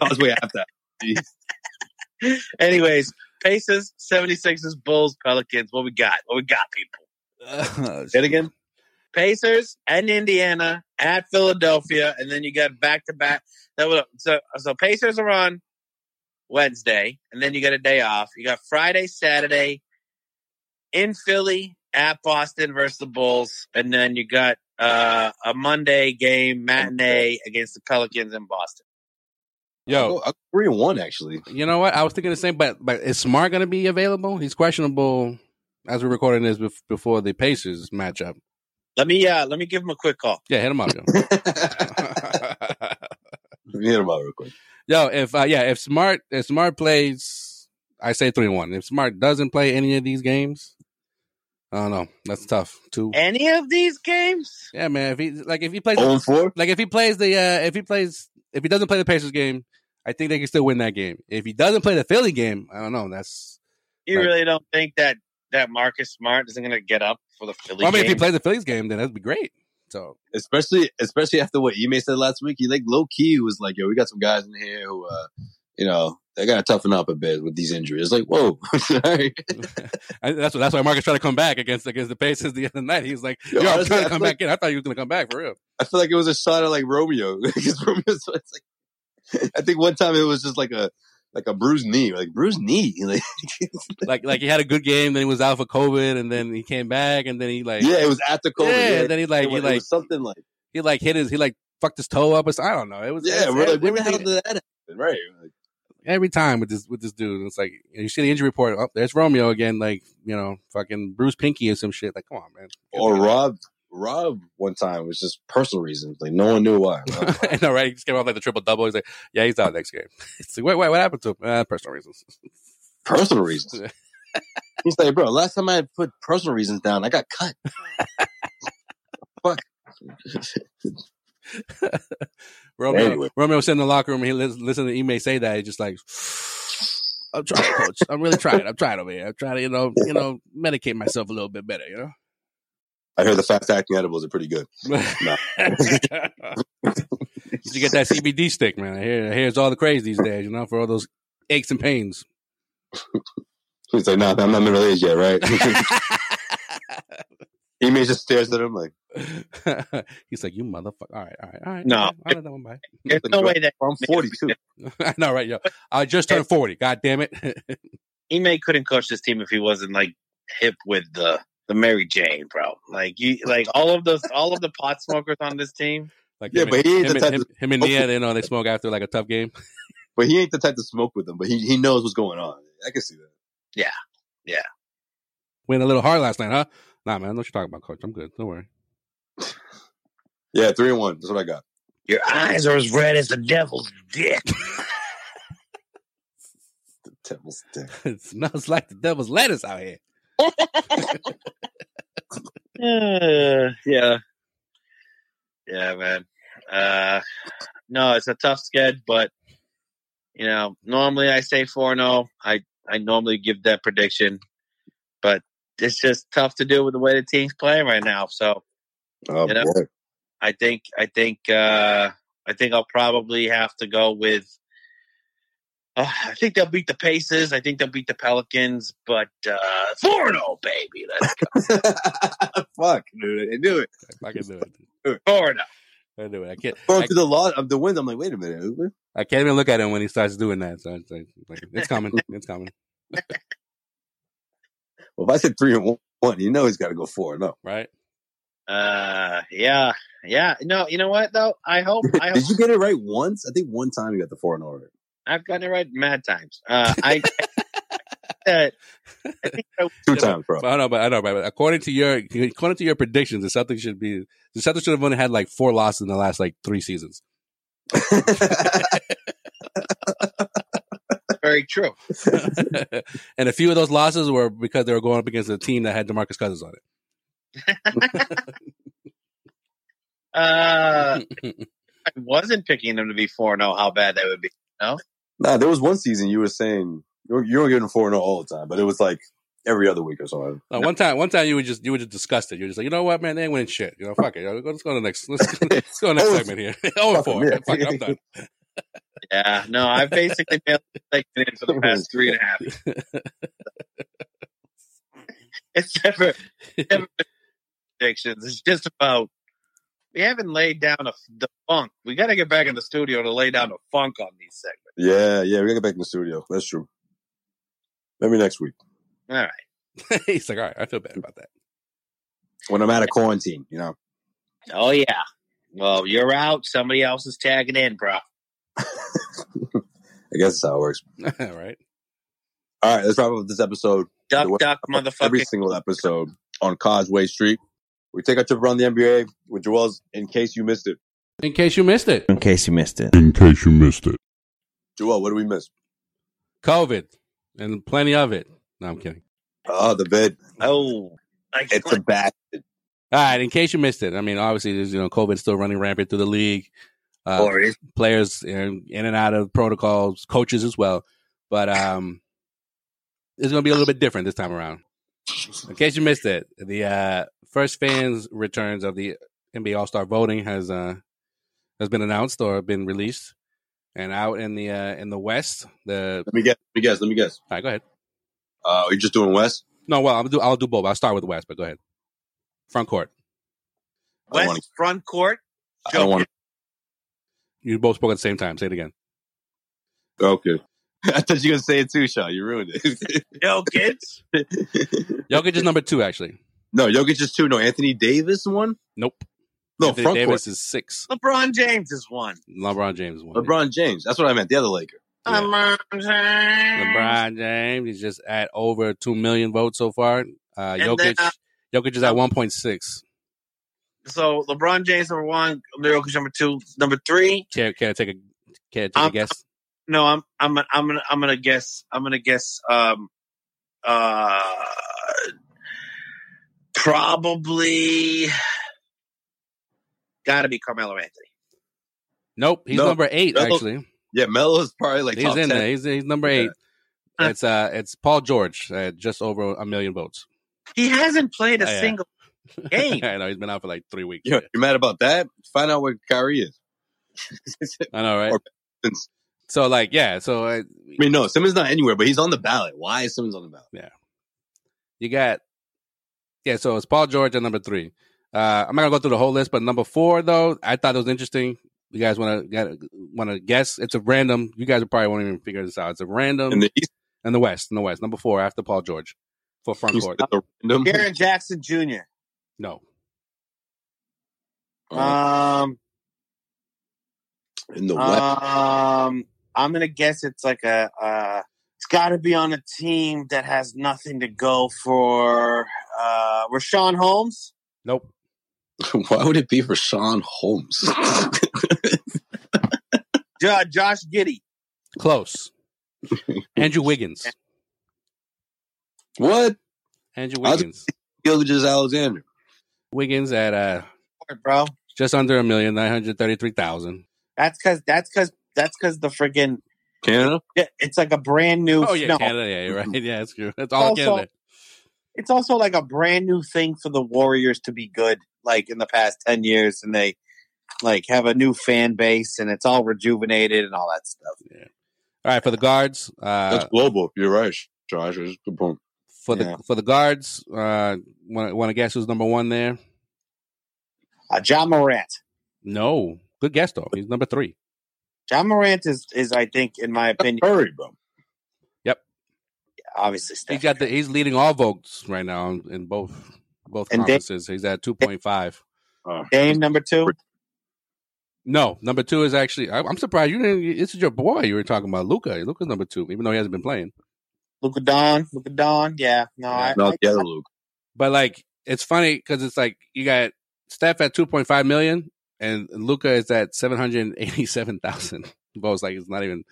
[SPEAKER 1] Causeway After. Hour.
[SPEAKER 4] Anyways, Pacers, 76ers, Bulls, Pelicans. What we got? What we got, people?
[SPEAKER 1] Say it again.
[SPEAKER 4] Pacers and Indiana at Philadelphia, and then you got back to back. That was so. So Pacers are on Wednesday, and then you got a day off. You got Friday, Saturday in Philly at Boston versus the Bulls, and then you got uh, a Monday game matinee against the Pelicans in Boston.
[SPEAKER 2] Yo,
[SPEAKER 1] Oh, I'm three and one actually.
[SPEAKER 2] you know what? I was thinking the same, but but is Smart going to be available? He's questionable as we're recording this bef- before the Pacers matchup.
[SPEAKER 4] Let me uh, let me give him a quick call.
[SPEAKER 2] Yeah, hit him up, yo.
[SPEAKER 1] Let me hit him out real quick.
[SPEAKER 2] Yo, if uh, yeah, if Smart if Smart plays, I say three one. If Smart doesn't play any of these games, I don't know. That's tough. Two.
[SPEAKER 4] Any of these games?
[SPEAKER 2] Yeah, man. If he like if he plays
[SPEAKER 1] Oh and four.
[SPEAKER 2] like if he plays the uh if he plays if he doesn't play the Pacers game, I think they can still win that game. If he doesn't play the Philly game, I don't know. That's
[SPEAKER 4] You
[SPEAKER 2] Right.
[SPEAKER 4] really don't think that that Marcus Smart isn't going to get up for the Philly
[SPEAKER 2] well, I mean, if he
[SPEAKER 4] game?
[SPEAKER 2] plays the Phillies game, then that'd be great. So
[SPEAKER 1] especially especially after what Ime said last week. He like low key was like, "Yo, we got some guys in here who, uh, you know, they got to toughen up a bit with these injuries." Like, whoa, sorry.
[SPEAKER 2] I, that's that's why Marcus tried to come back against against the Pacers the other night. He was like, "Yo,
[SPEAKER 1] Yo,
[SPEAKER 2] I'm
[SPEAKER 1] honestly,
[SPEAKER 2] trying to
[SPEAKER 1] I
[SPEAKER 2] come
[SPEAKER 1] feel
[SPEAKER 2] back in. I thought he was gonna come back for real."
[SPEAKER 1] I feel like it was a shot at like Romeo 'Cause Romeo's it's like, I think one time it was just like a like a bruised knee, like bruised knee. Like,
[SPEAKER 2] Like like he had a good game, then he was out for COVID, and then he came back, and then he like
[SPEAKER 1] yeah, it was after COVID.
[SPEAKER 2] yeah,
[SPEAKER 1] Yeah,
[SPEAKER 2] and then he like
[SPEAKER 1] it,
[SPEAKER 2] he
[SPEAKER 1] was, it
[SPEAKER 2] like
[SPEAKER 1] was something like
[SPEAKER 2] he like hit his he like fucked his toe up or something. I don't know. It was
[SPEAKER 1] yeah. We're like, when the
[SPEAKER 2] everything-
[SPEAKER 1] hell did that happen? Right. Like,
[SPEAKER 2] every time with this with this dude. It's like you see the injury report. Oh, there's Romeo again. Like you know, fucking Bruce Pinky or some shit. Like come on, man.
[SPEAKER 1] or Rob. Rob one time was just personal reasons. Like no one knew why.
[SPEAKER 2] I know, right? He just came off like the triple double. He's like, yeah, he's out next game. It's like, wait, wait, what happened to him? Uh, personal reasons.
[SPEAKER 1] personal reasons. He's like, bro, last time I put personal reasons down, I got cut.
[SPEAKER 2] Romeo,
[SPEAKER 1] Anyway.
[SPEAKER 2] Romeo was in the locker room. And he lis- listened to Ime say that. He's just like, I'm trying, coach. I'm really trying. I'm trying over here. I'm trying to, you know, you know, medicate myself a little bit better. You
[SPEAKER 1] I hear the fast acting edibles are pretty good.
[SPEAKER 2] know. Did you get that CBD stick, man? I hear, I hear it's all the craze these days. You know, for all those aches and pains.
[SPEAKER 1] He's like, no, I'm not middle aged yet, right? he may just stares at him like,
[SPEAKER 2] He's like, you motherfucker. All right, all right, all right.
[SPEAKER 4] No.
[SPEAKER 2] I'll let that one by.
[SPEAKER 4] There's no way that
[SPEAKER 1] I'm 42.
[SPEAKER 2] I know, right, yo. I just turned 40. God damn it.
[SPEAKER 4] Ime couldn't coach this team if he wasn't like hip with the the Mary Jane, bro. Like you, like all of those, all of the pot smokers on this team.
[SPEAKER 2] like
[SPEAKER 1] Yeah,
[SPEAKER 2] him
[SPEAKER 1] but
[SPEAKER 2] and-
[SPEAKER 1] he ain't the
[SPEAKER 2] him,
[SPEAKER 1] type
[SPEAKER 2] and, him, him and Nia, they know they smoke after like a tough game.
[SPEAKER 1] But he ain't the type to smoke with them. But he, he knows what's going on. I can see that.
[SPEAKER 2] Went a little hard last night, huh? Nah, man, I know what you're talking about, coach. I'm good. Don't worry.
[SPEAKER 1] Yeah, three and one. That's what I got.
[SPEAKER 4] Your eyes are as red as the devil's dick.
[SPEAKER 1] The devil's dick.
[SPEAKER 2] it smells like the devil's lettuce out here.
[SPEAKER 4] Uh, yeah, yeah, man. Uh, no, it's a tough sked, but you know, normally I say four zero. I I normally give that prediction, but it's just tough to do with the way the team's playing right now. So
[SPEAKER 1] Oh,
[SPEAKER 4] You know?
[SPEAKER 1] boy.
[SPEAKER 4] I think I think uh, I think I'll probably have to go with. Uh, I think they'll beat the Pacers. I think they'll beat the Pelicans, but uh, four and zero, baby. That's
[SPEAKER 1] Fuck, dude. I knew it.
[SPEAKER 2] I can do it.
[SPEAKER 4] four and
[SPEAKER 2] I do it. I can't.
[SPEAKER 1] Going
[SPEAKER 2] I,
[SPEAKER 1] through the lot of the wind, I'm like, wait a minute.
[SPEAKER 2] I can't even look at him when he starts doing that. So it's like, like, it's coming. It's coming.
[SPEAKER 1] Well, if I said three and one, you know he's got to go four and oh." no.
[SPEAKER 2] Right?
[SPEAKER 4] zero. Uh, yeah, yeah. No, you know what though? I hope I hope
[SPEAKER 1] Did you get it right once? I think one time you got the four and oh, over.
[SPEAKER 4] I've gotten it right mad times. Uh, I that I think I
[SPEAKER 1] Two
[SPEAKER 2] Yeah,
[SPEAKER 1] times, bro.
[SPEAKER 2] But I know, but I know, but according to your according to your predictions, the Celtics should be the Celtics should have only had like four losses in the last like three seasons.
[SPEAKER 4] was very true.
[SPEAKER 2] and a few of those losses were because they were going up against a team that had Demarcus Cousins on
[SPEAKER 4] Uh,
[SPEAKER 2] it.
[SPEAKER 4] I wasn't picking them to be four and zero. How bad that would be.
[SPEAKER 1] Nah, there was one season you were saying you were, you were giving four and zero all the time, but it was like every other week or something.
[SPEAKER 2] No, one time, one time you were just you were just disgusted. You were just like, you know what, man, they ain't winning shit. You know, fuck it. Yo, Let's go to the next. Let's, let's go to the next
[SPEAKER 1] Oh,
[SPEAKER 2] segment here. Oh, four.
[SPEAKER 1] yeah.
[SPEAKER 2] Fuck it, I'm done.
[SPEAKER 4] Yeah, no, I've basically been like in for the past three and a half. years. it's never, never been predictions. It's just about we haven't laid down a, the funk. We got to get back in the studio to lay down the funk on these segments.
[SPEAKER 1] Yeah, yeah, we gotta get back in the studio. That's true. Maybe next week
[SPEAKER 4] All right.
[SPEAKER 2] He's like, all right, I feel bad about that.
[SPEAKER 1] when I'm out of quarantine. You know,
[SPEAKER 4] Oh yeah. Well, you're out. Somebody else is tagging in, bro.
[SPEAKER 1] I guess that's how it works.
[SPEAKER 2] all right.
[SPEAKER 1] All right, let's wrap up this episode.
[SPEAKER 4] Duck,
[SPEAKER 1] What-
[SPEAKER 4] duck,
[SPEAKER 1] Every
[SPEAKER 4] motherfucker.
[SPEAKER 1] single episode on Causeway Street. We take our trip around the NBA with Joel's in case you missed it.
[SPEAKER 2] In case you missed it.
[SPEAKER 6] In case you missed it.
[SPEAKER 7] In case you missed it.
[SPEAKER 1] Joel, what do we miss?
[SPEAKER 2] COVID and plenty of it. No, I'm kidding.
[SPEAKER 1] Oh, the bid.
[SPEAKER 3] Oh, I
[SPEAKER 1] It's a bad.
[SPEAKER 2] All right, in case you missed it, I mean, obviously, there's, you know, COVID's still running rampant through the league. Uh,
[SPEAKER 3] or is
[SPEAKER 2] players in, in and out of protocols, coaches as well. But um, it's going to be a little bit different this time around. In case you missed it, the uh, first fans returns of the NBA All Star voting has uh, has been announced or been released, and out in the uh, in the West, the
[SPEAKER 1] Let me guess. Let me guess. Let me guess.
[SPEAKER 2] all right, go ahead.
[SPEAKER 1] Uh, are you just doing West?
[SPEAKER 2] No, well, I'll do I'll do both. I'll start with the West, but go ahead. Front court.
[SPEAKER 1] I don't wanna-
[SPEAKER 4] West front court.
[SPEAKER 1] I don't want.
[SPEAKER 2] You both spoke at the same time. Say it again.
[SPEAKER 1] Okay. I thought you were gonna say it too, Shaw. You ruined it.
[SPEAKER 4] Yo, kids.
[SPEAKER 2] Jokic is number two, actually.
[SPEAKER 1] no, Jokic is two. No, Anthony Davis one.
[SPEAKER 2] Nope.
[SPEAKER 1] No,
[SPEAKER 2] Anthony
[SPEAKER 1] front
[SPEAKER 2] Davis is six.
[SPEAKER 4] LeBron James is one.
[SPEAKER 2] LeBron James is one.
[SPEAKER 1] court. LeBron James. That's what I meant. The other Laker.
[SPEAKER 2] Yeah.
[SPEAKER 4] LeBron James.
[SPEAKER 2] LeBron James is just at over two million votes so far. Uh,
[SPEAKER 4] And
[SPEAKER 2] Jokic,
[SPEAKER 4] then, uh,
[SPEAKER 2] Jokic is at one point six.
[SPEAKER 4] So LeBron James number one, Jokic number two, number three.
[SPEAKER 2] Can, can I take a can I take a
[SPEAKER 4] Um,
[SPEAKER 2] guess?
[SPEAKER 4] No, I'm I'm I'm gonna I'm gonna guess I'm gonna guess um uh probably gotta be Carmelo Anthony.
[SPEAKER 2] Nope, he's
[SPEAKER 1] no.
[SPEAKER 2] number eight
[SPEAKER 1] No.
[SPEAKER 2] actually.
[SPEAKER 1] Yeah, Melo's probably like
[SPEAKER 2] He's
[SPEAKER 1] top 10.
[SPEAKER 2] in there. He's, he's number eight.
[SPEAKER 4] Yeah.
[SPEAKER 2] It's uh, it's Paul George at just over a million votes.
[SPEAKER 4] He hasn't played a
[SPEAKER 2] Oh, yeah.
[SPEAKER 4] single game.
[SPEAKER 2] I know he's been out for like three weeks.
[SPEAKER 1] You're, you're mad about that? Find out where Kyrie is.
[SPEAKER 2] I know, right?
[SPEAKER 1] Or- Since-
[SPEAKER 2] So like, yeah. So
[SPEAKER 1] I
[SPEAKER 2] uh,
[SPEAKER 1] mean, no, Simmons not anywhere, but he's on the ballot. Why is Simmons on the ballot?
[SPEAKER 2] you got yeah. So it's Paul George at number three. Uh, I'm not gonna go through the whole list, but number four though, I thought it was interesting. You guys want to want to guess? It's a random. You guys probably won't even figure this out. It's a random
[SPEAKER 1] In the East,
[SPEAKER 2] in the West, in the West, number four after Paul George for front
[SPEAKER 1] you
[SPEAKER 2] court.
[SPEAKER 1] said the random.
[SPEAKER 4] Aaron Jackson Jr.
[SPEAKER 2] No, Oh,
[SPEAKER 1] Uh,
[SPEAKER 4] Um
[SPEAKER 1] in the West,
[SPEAKER 4] um I'm gonna guess it's like a uh it's gotta be on a team that has nothing to go for uh Rashawn Holmes.
[SPEAKER 2] nope.
[SPEAKER 1] why would it be for Sean Holmes?
[SPEAKER 4] Jo- Josh Giddy.
[SPEAKER 2] Close. Andrew Wiggins.
[SPEAKER 1] what?
[SPEAKER 2] Andrew
[SPEAKER 1] I was-
[SPEAKER 2] Wiggins.
[SPEAKER 1] Gilgamesh Alexander.
[SPEAKER 2] Wiggins at uh,
[SPEAKER 4] Bro.
[SPEAKER 2] just under a million nine hundred thirty-three thousand.
[SPEAKER 4] That's cause that's cause that's cause the friggin'
[SPEAKER 1] Canada?
[SPEAKER 4] yeah, it's like a brand new
[SPEAKER 2] Oh yeah,
[SPEAKER 4] no,
[SPEAKER 2] Canada. Yeah, you're right. Yeah, that's true. That's all
[SPEAKER 4] Also-
[SPEAKER 2] Canada.
[SPEAKER 4] it's also like a brand new thing for the Warriors to be good, like in the past ten years and they like have a new fan base and it's all rejuvenated and all that stuff.
[SPEAKER 2] All right, for the guards. Uh,
[SPEAKER 1] That's global. You're right, Josh. That's a good point.
[SPEAKER 2] for the
[SPEAKER 4] Yeah.
[SPEAKER 2] for the guards, uh, want want to guess who's number one there?
[SPEAKER 4] Uh, John Morant.
[SPEAKER 2] No, good guess though. He's number three.
[SPEAKER 4] John Morant is is I think in my opinion
[SPEAKER 1] Hurry, bro.
[SPEAKER 4] obviously
[SPEAKER 2] He's
[SPEAKER 4] Steph.
[SPEAKER 2] got the he's leading all votes right now in- in both both
[SPEAKER 4] And Dave-
[SPEAKER 2] conferences. he's at two point five.
[SPEAKER 1] Uh,
[SPEAKER 4] Dame number two.
[SPEAKER 2] No, number two is actually. I, I'm surprised you didn't. This is your boy. You were talking about Luca. Luca's number two, even though he hasn't been playing.
[SPEAKER 4] Luka Don. Luka Don. Yeah. No, I,
[SPEAKER 1] not
[SPEAKER 4] I-
[SPEAKER 1] the other Luke.
[SPEAKER 2] But like, it's funny because it's like you got Steph at 2.5 million, and Luca is at 787,000 votes. Like it's not even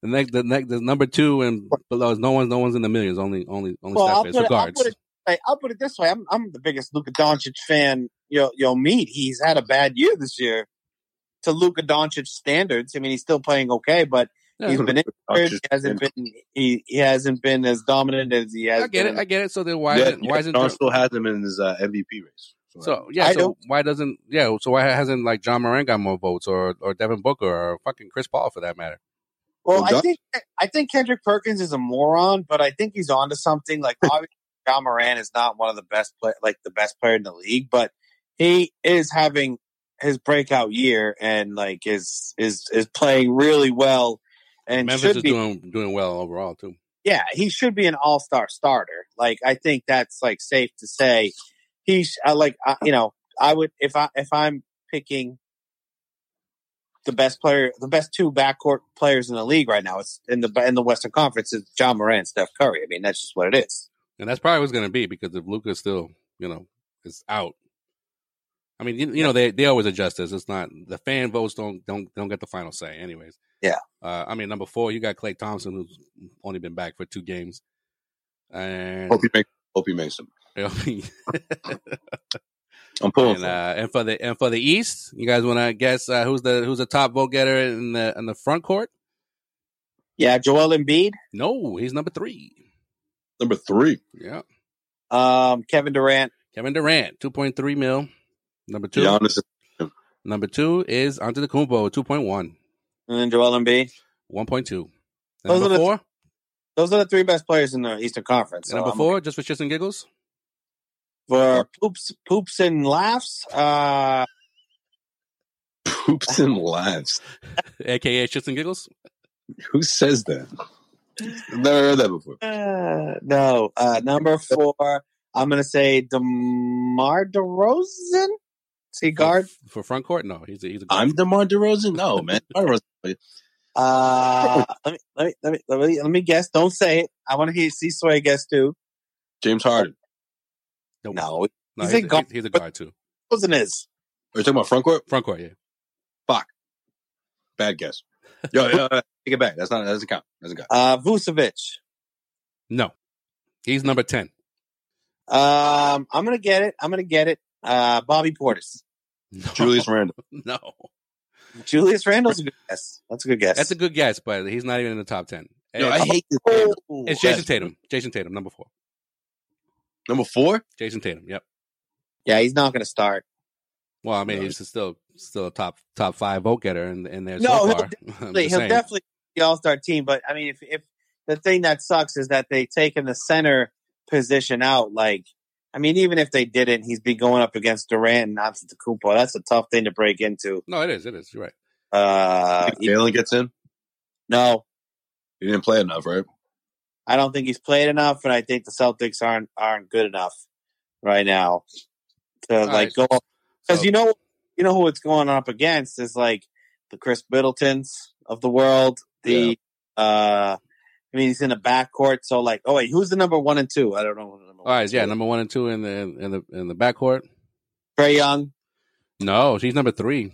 [SPEAKER 2] the next. The next, the number two and below is no one's. No one's in the millions. Only, only, only
[SPEAKER 4] Well, I'll
[SPEAKER 2] Steph is.
[SPEAKER 4] put
[SPEAKER 2] So
[SPEAKER 4] it- I'll
[SPEAKER 2] guards.
[SPEAKER 4] put it- Hey, I'll put it this way: I'm I'm the biggest Luka Doncic fan you'll you'll meet. He's had a bad year this year to Luka Doncic standards. I mean, he's still playing okay, but
[SPEAKER 2] Yeah.
[SPEAKER 4] he's been
[SPEAKER 2] Oh,
[SPEAKER 4] injured. He
[SPEAKER 1] Doncic
[SPEAKER 4] hasn't been he, he hasn't been as dominant as he has.
[SPEAKER 2] I get it.
[SPEAKER 4] been.
[SPEAKER 2] I get it. So then why?
[SPEAKER 1] yeah,
[SPEAKER 2] isn't, why isn't
[SPEAKER 1] John
[SPEAKER 2] John,
[SPEAKER 1] still has him in his uh, MVP race?
[SPEAKER 2] so? Yeah.
[SPEAKER 4] I
[SPEAKER 2] so
[SPEAKER 4] don't-
[SPEAKER 2] why doesn't? Yeah. So why hasn't like John Moran got more votes, or or Devin Booker, or fucking Chris Paul for that matter?
[SPEAKER 4] Well, I
[SPEAKER 1] Doc-
[SPEAKER 4] think I think Kendrick Perkins is a moron, but I think he's onto something. Like obviously, John Moran is not one of the best play, like the best player in the league, but he is having his breakout year and like is is is playing really well and
[SPEAKER 2] Memphis
[SPEAKER 4] should
[SPEAKER 2] is
[SPEAKER 4] be
[SPEAKER 2] doing doing well overall too.
[SPEAKER 4] yeah, he should be an all star starter. Like I think that's like safe to say. He's I like I, you know I would if I if I'm picking the best player, the best two backcourt players in the league right now, it's in the in the Western Conference is John Moran, and Steph Curry. I mean that's just what it is.
[SPEAKER 2] And that's probably what's going to be because if Luca's still, you know, is out, I mean, you, you know, they they always adjust this. It's not the fan votes don't don't don't get the final say, anyways.
[SPEAKER 3] Yeah.
[SPEAKER 2] Uh, I mean, number four, you got Clay Thompson, who's only been back for two games. And,
[SPEAKER 1] Hope he makes. Hope he makes them. I'm pulling. for
[SPEAKER 2] and,
[SPEAKER 1] him.
[SPEAKER 2] uh, and for the and for the East, you guys want to guess uh, who's the who's the top vote getter in the in the front court?
[SPEAKER 4] Yeah, Joel Embiid,
[SPEAKER 2] No, he's number three.
[SPEAKER 1] Number three.
[SPEAKER 2] Yeah,
[SPEAKER 4] um, Kevin Durant.
[SPEAKER 2] Kevin Durant, two point three mil. Number two,
[SPEAKER 1] Giannis.
[SPEAKER 2] number two is Antetokounmpo, two point one,
[SPEAKER 4] And then Joel Embiid.
[SPEAKER 2] one point two.
[SPEAKER 4] Those
[SPEAKER 2] Number
[SPEAKER 4] are the-
[SPEAKER 2] four,
[SPEAKER 4] Those are the three best players in the Eastern Conference. So
[SPEAKER 2] number
[SPEAKER 4] I'm-
[SPEAKER 2] four, just for shits and giggles,
[SPEAKER 4] for poops, poops and laughs. Uh,
[SPEAKER 1] Poops and laughs.
[SPEAKER 2] aka shits and giggles.
[SPEAKER 1] Who says that? I've never heard that before.
[SPEAKER 4] uh, no, uh, number four. I'm gonna say Demar Derozan. See guard.
[SPEAKER 2] for, for front court. No, he's a, he's a guard.
[SPEAKER 1] I'm DeMar DeRozan. No, man. DeMar DeRozan.
[SPEAKER 4] Uh, let me let me let me let me, let me guess. Don't say it. I want to hear see Sway guess too.
[SPEAKER 1] James Harden.
[SPEAKER 2] Nope.
[SPEAKER 4] No,
[SPEAKER 2] No,
[SPEAKER 4] he's
[SPEAKER 2] he's,
[SPEAKER 4] a
[SPEAKER 2] a,
[SPEAKER 4] guard.
[SPEAKER 2] he's a guard too.
[SPEAKER 4] Derozan is.
[SPEAKER 1] Are you talking about front court?
[SPEAKER 2] Front court, yeah.
[SPEAKER 1] Bad guess. Yo, yo, yo, take it back. That's not. That doesn't count. Doesn't count.
[SPEAKER 4] Uh, Vucevic.
[SPEAKER 2] No, he's number ten.
[SPEAKER 4] Um, I'm gonna get it. I'm gonna get it. Uh, Bobby Portis.
[SPEAKER 2] No.
[SPEAKER 1] Julius Randle.
[SPEAKER 2] no,
[SPEAKER 4] Julius Randle's a good guess. That's a good guess.
[SPEAKER 2] that's a good guess, but he's not even in the top ten.
[SPEAKER 1] Yo, I
[SPEAKER 2] it's,
[SPEAKER 1] hate this.
[SPEAKER 4] Oh,
[SPEAKER 2] it's Jason Tatum. Jason Tatum, number four.
[SPEAKER 1] Number four.
[SPEAKER 2] Jason Tatum. Yep.
[SPEAKER 4] Yeah, he's not gonna start.
[SPEAKER 2] Well, I mean,
[SPEAKER 1] No.
[SPEAKER 2] he's still still a top top five vote getter in in there
[SPEAKER 4] No,
[SPEAKER 2] so
[SPEAKER 4] he'll
[SPEAKER 2] far. I'm
[SPEAKER 4] He'll
[SPEAKER 2] just saying.
[SPEAKER 4] definitely be the All Star team, but I mean, if if the thing that sucks is that they taken the center position out, like I mean, even if they didn't, he's be going up against Durant and Antetokounmpo. That's a tough thing to break into.
[SPEAKER 2] No, it is. It is. You're right.
[SPEAKER 4] Uh,
[SPEAKER 1] Jalen gets in.
[SPEAKER 4] no,
[SPEAKER 1] He didn't play enough, right?
[SPEAKER 4] I don't think he's played enough, and I think the Celtics aren't aren't good enough right now to like go because
[SPEAKER 2] So,
[SPEAKER 4] you know you know who it's going up against is like the Chris Middletons of the world. The uh I mean he's in the backcourt, so like oh wait, who's the number one and two? I don't know. who the number
[SPEAKER 2] all right.
[SPEAKER 4] one
[SPEAKER 2] Oh, Yeah,
[SPEAKER 4] and two
[SPEAKER 2] number one and two in the in the in the backcourt.
[SPEAKER 4] is. Trey Young,
[SPEAKER 2] No, he's number three.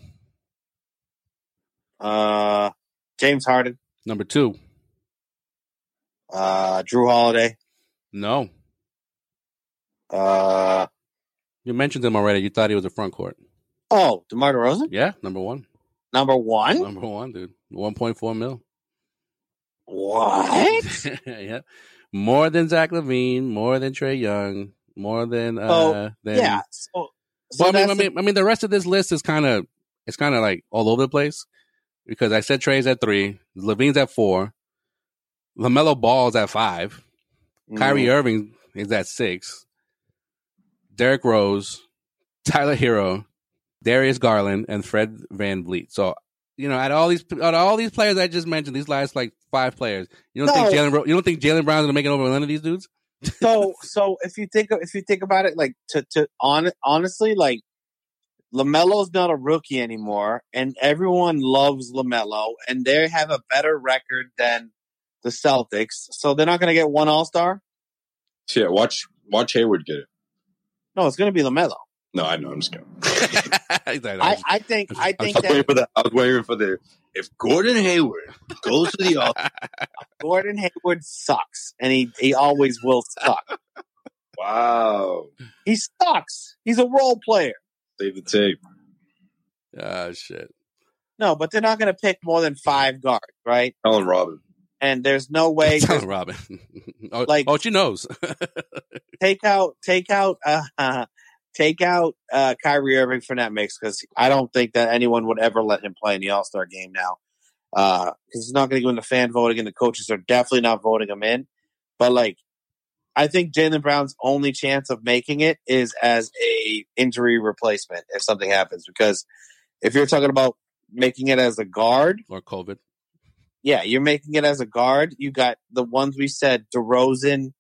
[SPEAKER 4] uh James Harden,
[SPEAKER 2] Number two.
[SPEAKER 4] uh Drew Holiday,
[SPEAKER 2] No,
[SPEAKER 4] uh
[SPEAKER 2] you mentioned him already. You thought he was a front court.
[SPEAKER 4] oh DeMar DeRozan,
[SPEAKER 2] Yeah, number one.
[SPEAKER 4] number one.
[SPEAKER 2] Number one, dude. One point four mil.
[SPEAKER 4] What?
[SPEAKER 2] yeah. More than Zach Levine, more than Trey Young, more than uh
[SPEAKER 4] Oh,
[SPEAKER 2] than
[SPEAKER 4] yeah. So, so
[SPEAKER 2] well, I mean,
[SPEAKER 4] that's
[SPEAKER 2] I
[SPEAKER 4] the-
[SPEAKER 2] mean, I mean, the rest of this list is kind of it's kind of like all over the place because I said Trey's at three, Levine's at four, Lamelo Ball's at five,
[SPEAKER 4] Mm-hmm.
[SPEAKER 2] Kyrie Irving is at six, Derrick Rose, Tyler Hero, Darius Garland, and Fred Van Vliet. So you know, at all these out of all these players I just mentioned, these last like five players, you don't think
[SPEAKER 4] No.
[SPEAKER 2] Jalen Ro- you don't think Jalen Brown's gonna make it over none of these dudes?
[SPEAKER 4] so so if you think if you think about it like to to on honestly like LaMelo's not a rookie anymore and everyone loves LaMelo and they have a better record than the Celtics so they're not going to get one all-star
[SPEAKER 1] Yeah. Watch. Watch Hayward get it.
[SPEAKER 4] no it's going to be LaMelo
[SPEAKER 1] No, I know. I'm just kidding.
[SPEAKER 2] He's like, "Oh,
[SPEAKER 4] I, I think I
[SPEAKER 2] I'm
[SPEAKER 4] think
[SPEAKER 1] I was waiting
[SPEAKER 4] that
[SPEAKER 1] for the. I was waiting for the. If Gordon Hayward goes to the All
[SPEAKER 4] Gordon Hayward sucks and he he always will suck
[SPEAKER 1] Wow.
[SPEAKER 4] he sucks he's a role player
[SPEAKER 1] Save the tape.
[SPEAKER 2] oh shit.
[SPEAKER 4] no but they're not going to pick more than 5 guards right
[SPEAKER 1] Alan Robin.
[SPEAKER 4] and there's no way
[SPEAKER 2] Tell him, Robin. oh,
[SPEAKER 4] Like-
[SPEAKER 2] oh, she knows.
[SPEAKER 4] take out take out uh take out uh Kyrie Irving from that mix because I don't think that anyone would ever let him play in the All Star game now because it's not going to go into fan voting and the coaches are definitely not voting him in. But like, I think Jalen Brown's only chance of making it is as a injury replacement if something happens because if you're talking about making it as a guard.
[SPEAKER 2] or COVID.
[SPEAKER 4] Yeah, you're making it as a guard. You got the ones we said: DeRozan,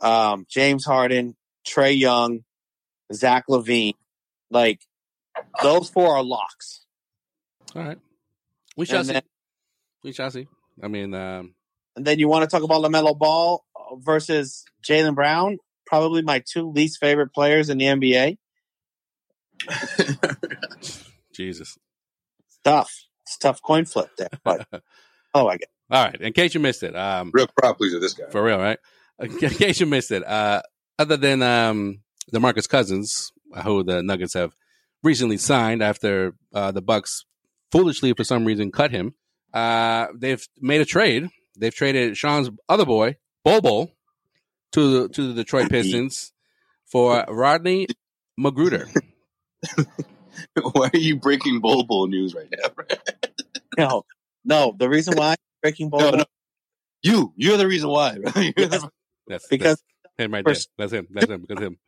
[SPEAKER 4] um, James Harden, Trey Young, Zach Levine. Like those four are locks.
[SPEAKER 2] All right. We shall
[SPEAKER 4] And
[SPEAKER 2] see.
[SPEAKER 4] then-
[SPEAKER 2] we shall see. I mean, um,
[SPEAKER 4] And then you want to talk about Lamelo Ball uh, versus Jalen Brown? Probably my two least favorite players in the NBA.
[SPEAKER 2] Jesus.
[SPEAKER 4] It's tough. It's a tough coin flip there, but Oh my god.
[SPEAKER 2] All right. In case you missed it, um,
[SPEAKER 1] Real crowd pleaser, this guy.
[SPEAKER 2] for real, right? In case you missed it, uh, other than um, Demarcus Cousins, who the Nuggets have recently signed after uh, the Bucks foolishly, for some reason, cut him, uh, they've made a trade. They've traded Sean's other boy, Bobo, to the, to the Detroit Pistons for Rodney Magruder.
[SPEAKER 1] Why are you breaking Bull Bull news right now? bro?
[SPEAKER 4] No, no. The reason why breaking ball
[SPEAKER 1] No, no. You, you're the reason why. bro. You're the-
[SPEAKER 2] That's,
[SPEAKER 4] because
[SPEAKER 2] that's him right there.
[SPEAKER 4] first-
[SPEAKER 2] That's him. That's him. Because him.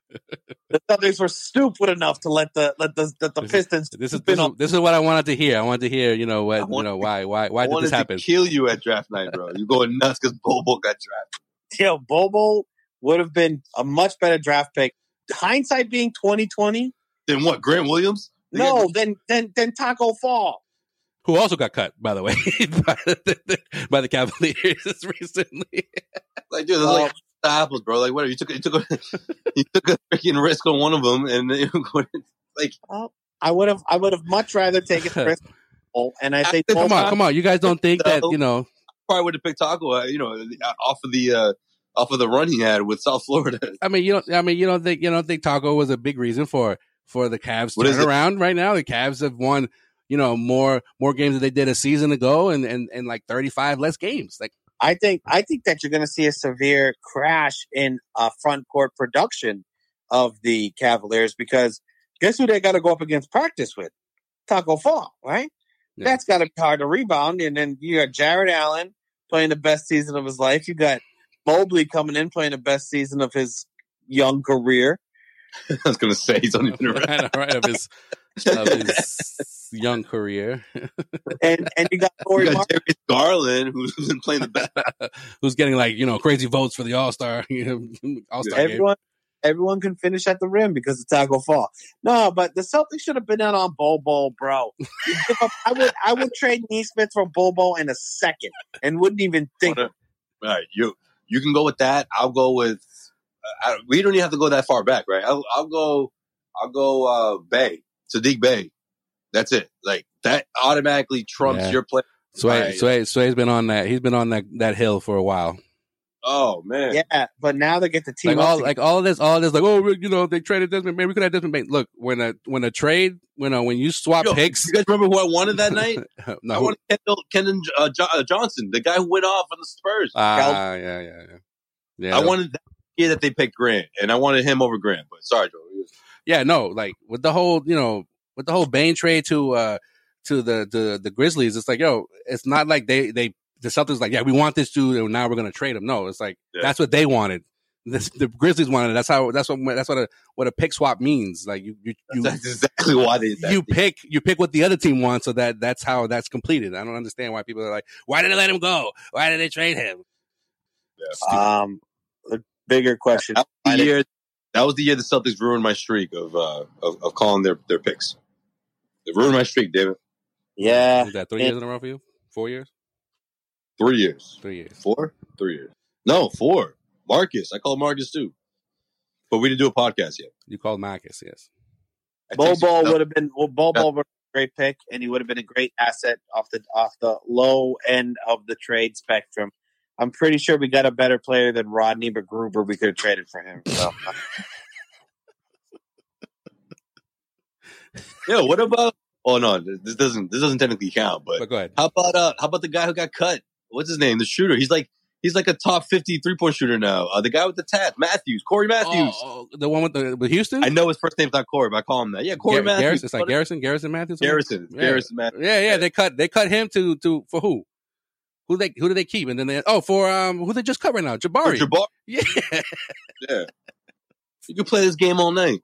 [SPEAKER 4] the Celtics were stupid enough to let the let the let the
[SPEAKER 2] This is-
[SPEAKER 4] Pistons.
[SPEAKER 2] This is
[SPEAKER 4] spin
[SPEAKER 2] this, is
[SPEAKER 4] on-
[SPEAKER 2] this is what I wanted to hear. I wanted to hear, you know,
[SPEAKER 1] I
[SPEAKER 2] what, you
[SPEAKER 1] wanted
[SPEAKER 2] know,
[SPEAKER 1] to-
[SPEAKER 2] why, why, why
[SPEAKER 1] I
[SPEAKER 2] did
[SPEAKER 1] wanted
[SPEAKER 2] this happen?
[SPEAKER 1] to kill you at draft night, bro. You're going nuts because Bull Bull got drafted.
[SPEAKER 4] Yo, Bobo would have been a much better draft pick. Hindsight being twenty twenty.
[SPEAKER 1] Then what? Grant Williams? They got-
[SPEAKER 4] No, then then then Taco Fall.
[SPEAKER 2] Who also got cut, by the way, by, the, by the Cavaliers recently.
[SPEAKER 1] like dude, those are like the apples, bro. Like whatever. You took you took a, you took a freaking risk on one of them, and then
[SPEAKER 4] I would have I would have much rather taken Chris Paul, and I think
[SPEAKER 2] Come on, come on. You guys don't think that,
[SPEAKER 1] No.
[SPEAKER 2] you know,
[SPEAKER 1] probably would have picked Taco. uh, You know, off of the uh, off of the run he had with South Florida.
[SPEAKER 2] I mean, you don't, I mean, you don't think, you don't think Taco was a big reason for, for the Cavs
[SPEAKER 1] What is it?
[SPEAKER 2] turnaround right now. The Cavs have won, you know, more, more games than they did a season ago and, and, and like 35 less games. Like,
[SPEAKER 4] I think I think that you're going to see a severe crash in uh, front court production of the Cavaliers because guess who they got to go up against practice with Taco Fall, right?
[SPEAKER 2] Yeah.
[SPEAKER 4] That's got to be hard to rebound, and then you got Jared Allen playing the best season of his life. You got Mobley coming in playing the best season of his young career.
[SPEAKER 1] I was gonna say he's only been around.
[SPEAKER 2] right, right, of his, of his young career.
[SPEAKER 4] and and you got Corey
[SPEAKER 1] You got
[SPEAKER 4] Martin.
[SPEAKER 1] Darius Garland, who's been playing the best.
[SPEAKER 2] who's getting like you know crazy votes for the All Star All Star game.
[SPEAKER 4] Everyone, everyone can finish at the rim because of Taco Fall. No, but the Celtics should have been out on Bobo, bro. I would, I would trade Neesmith for Bobo in a second, and wouldn't even think.
[SPEAKER 1] All right, you you can go with that. I'll go with. Uh, I, we don't even have to go that far back, right? I'll, I'll go. I'll go. Uh, Bay Sadiq Bay. That's it. Like that automatically trumps
[SPEAKER 2] Yeah.
[SPEAKER 1] your play.
[SPEAKER 2] Sway,
[SPEAKER 1] Right.
[SPEAKER 2] Sway, Sway's been on that. He's been on that, that hill for a while.
[SPEAKER 1] Oh man.
[SPEAKER 4] Yeah, but now they get the team
[SPEAKER 2] Like
[SPEAKER 4] up
[SPEAKER 2] all,
[SPEAKER 4] to-
[SPEAKER 2] like all of this, all of this, like oh, we- you know, they traded Desmond. Maybe we could have Desmond. Bain. Look, when a when a trade, you know, when you swap
[SPEAKER 1] Yo,
[SPEAKER 2] picks,
[SPEAKER 1] You guys remember who I wanted that night? I
[SPEAKER 2] no,
[SPEAKER 1] wanted Kendall, Kendall uh, jo- uh, Johnson, the guy who went off on the Spurs.
[SPEAKER 2] ah, yeah, yeah, yeah. yeah
[SPEAKER 1] I
[SPEAKER 2] that-
[SPEAKER 1] wanted that year that they picked Grant, and I wanted him over Grant. But sorry, Joe.
[SPEAKER 2] yeah, no, like with the whole, you know, with the whole Bane trade to uh to the the the Grizzlies, it's like, yo, it's not like they they the Celtics like, yeah, we want this dude, and now we're gonna trade him. No, it's like
[SPEAKER 1] Yeah.
[SPEAKER 2] that's what they wanted. This, the Grizzlies wanted. it. That's how. That's what. That's what a what a pick swap means. Like you you you,
[SPEAKER 1] That's exactly why they. That
[SPEAKER 2] you pick you pick what the other team wants, so that that's how that's completed. I don't understand why people are like, why did they let him go? Why did they trade him?
[SPEAKER 4] um, the bigger question.
[SPEAKER 1] that was the year. That was the year the Celtics ruined my streak of uh, of, of calling their, their picks. They ruined my streak, David.
[SPEAKER 4] Yeah,
[SPEAKER 1] Uh,
[SPEAKER 2] Was that three years in a row for you? Four years?
[SPEAKER 1] Three years,
[SPEAKER 2] Three years?
[SPEAKER 1] four, three years. No, four. Marcus, I called Marcus too, but we didn't do a podcast yet.
[SPEAKER 2] You called Marcus? Yes.
[SPEAKER 1] I texted-
[SPEAKER 4] Bobo would have been. Well, Bobo would have been a great pick, and he would have been a great asset off the off the low end of the trade spectrum. I'm pretty sure we got a better player than Rodney Gruber. We could have traded for him. So.
[SPEAKER 1] Yeah. What about? Oh no, this this doesn't. This doesn't technically count. But
[SPEAKER 2] But go ahead.
[SPEAKER 1] How about uh how about the guy who got cut? What's his name? The shooter. He's like he's like a top 50 three-point shooter now. Uh, the guy with the tat, Matthews, Corey Matthews.
[SPEAKER 2] Oh, oh, the one with the with Houston.
[SPEAKER 1] I know his first name's not Corey, but I call him that. Yeah, Corey
[SPEAKER 2] Gar-
[SPEAKER 1] Matthews.
[SPEAKER 2] Garrison, it's like Garrison, Garrison Matthews. or
[SPEAKER 1] Garrison.
[SPEAKER 2] Yeah.
[SPEAKER 1] Garrison Matthews.
[SPEAKER 2] something? Yeah, yeah. They cut they cut him to to for who? Who they who do they keep? And then they oh for um who they just cut right now?
[SPEAKER 1] Or
[SPEAKER 2] Jabari.
[SPEAKER 1] Jabbar.
[SPEAKER 2] yeah.
[SPEAKER 1] Yeah. You can play this game all night.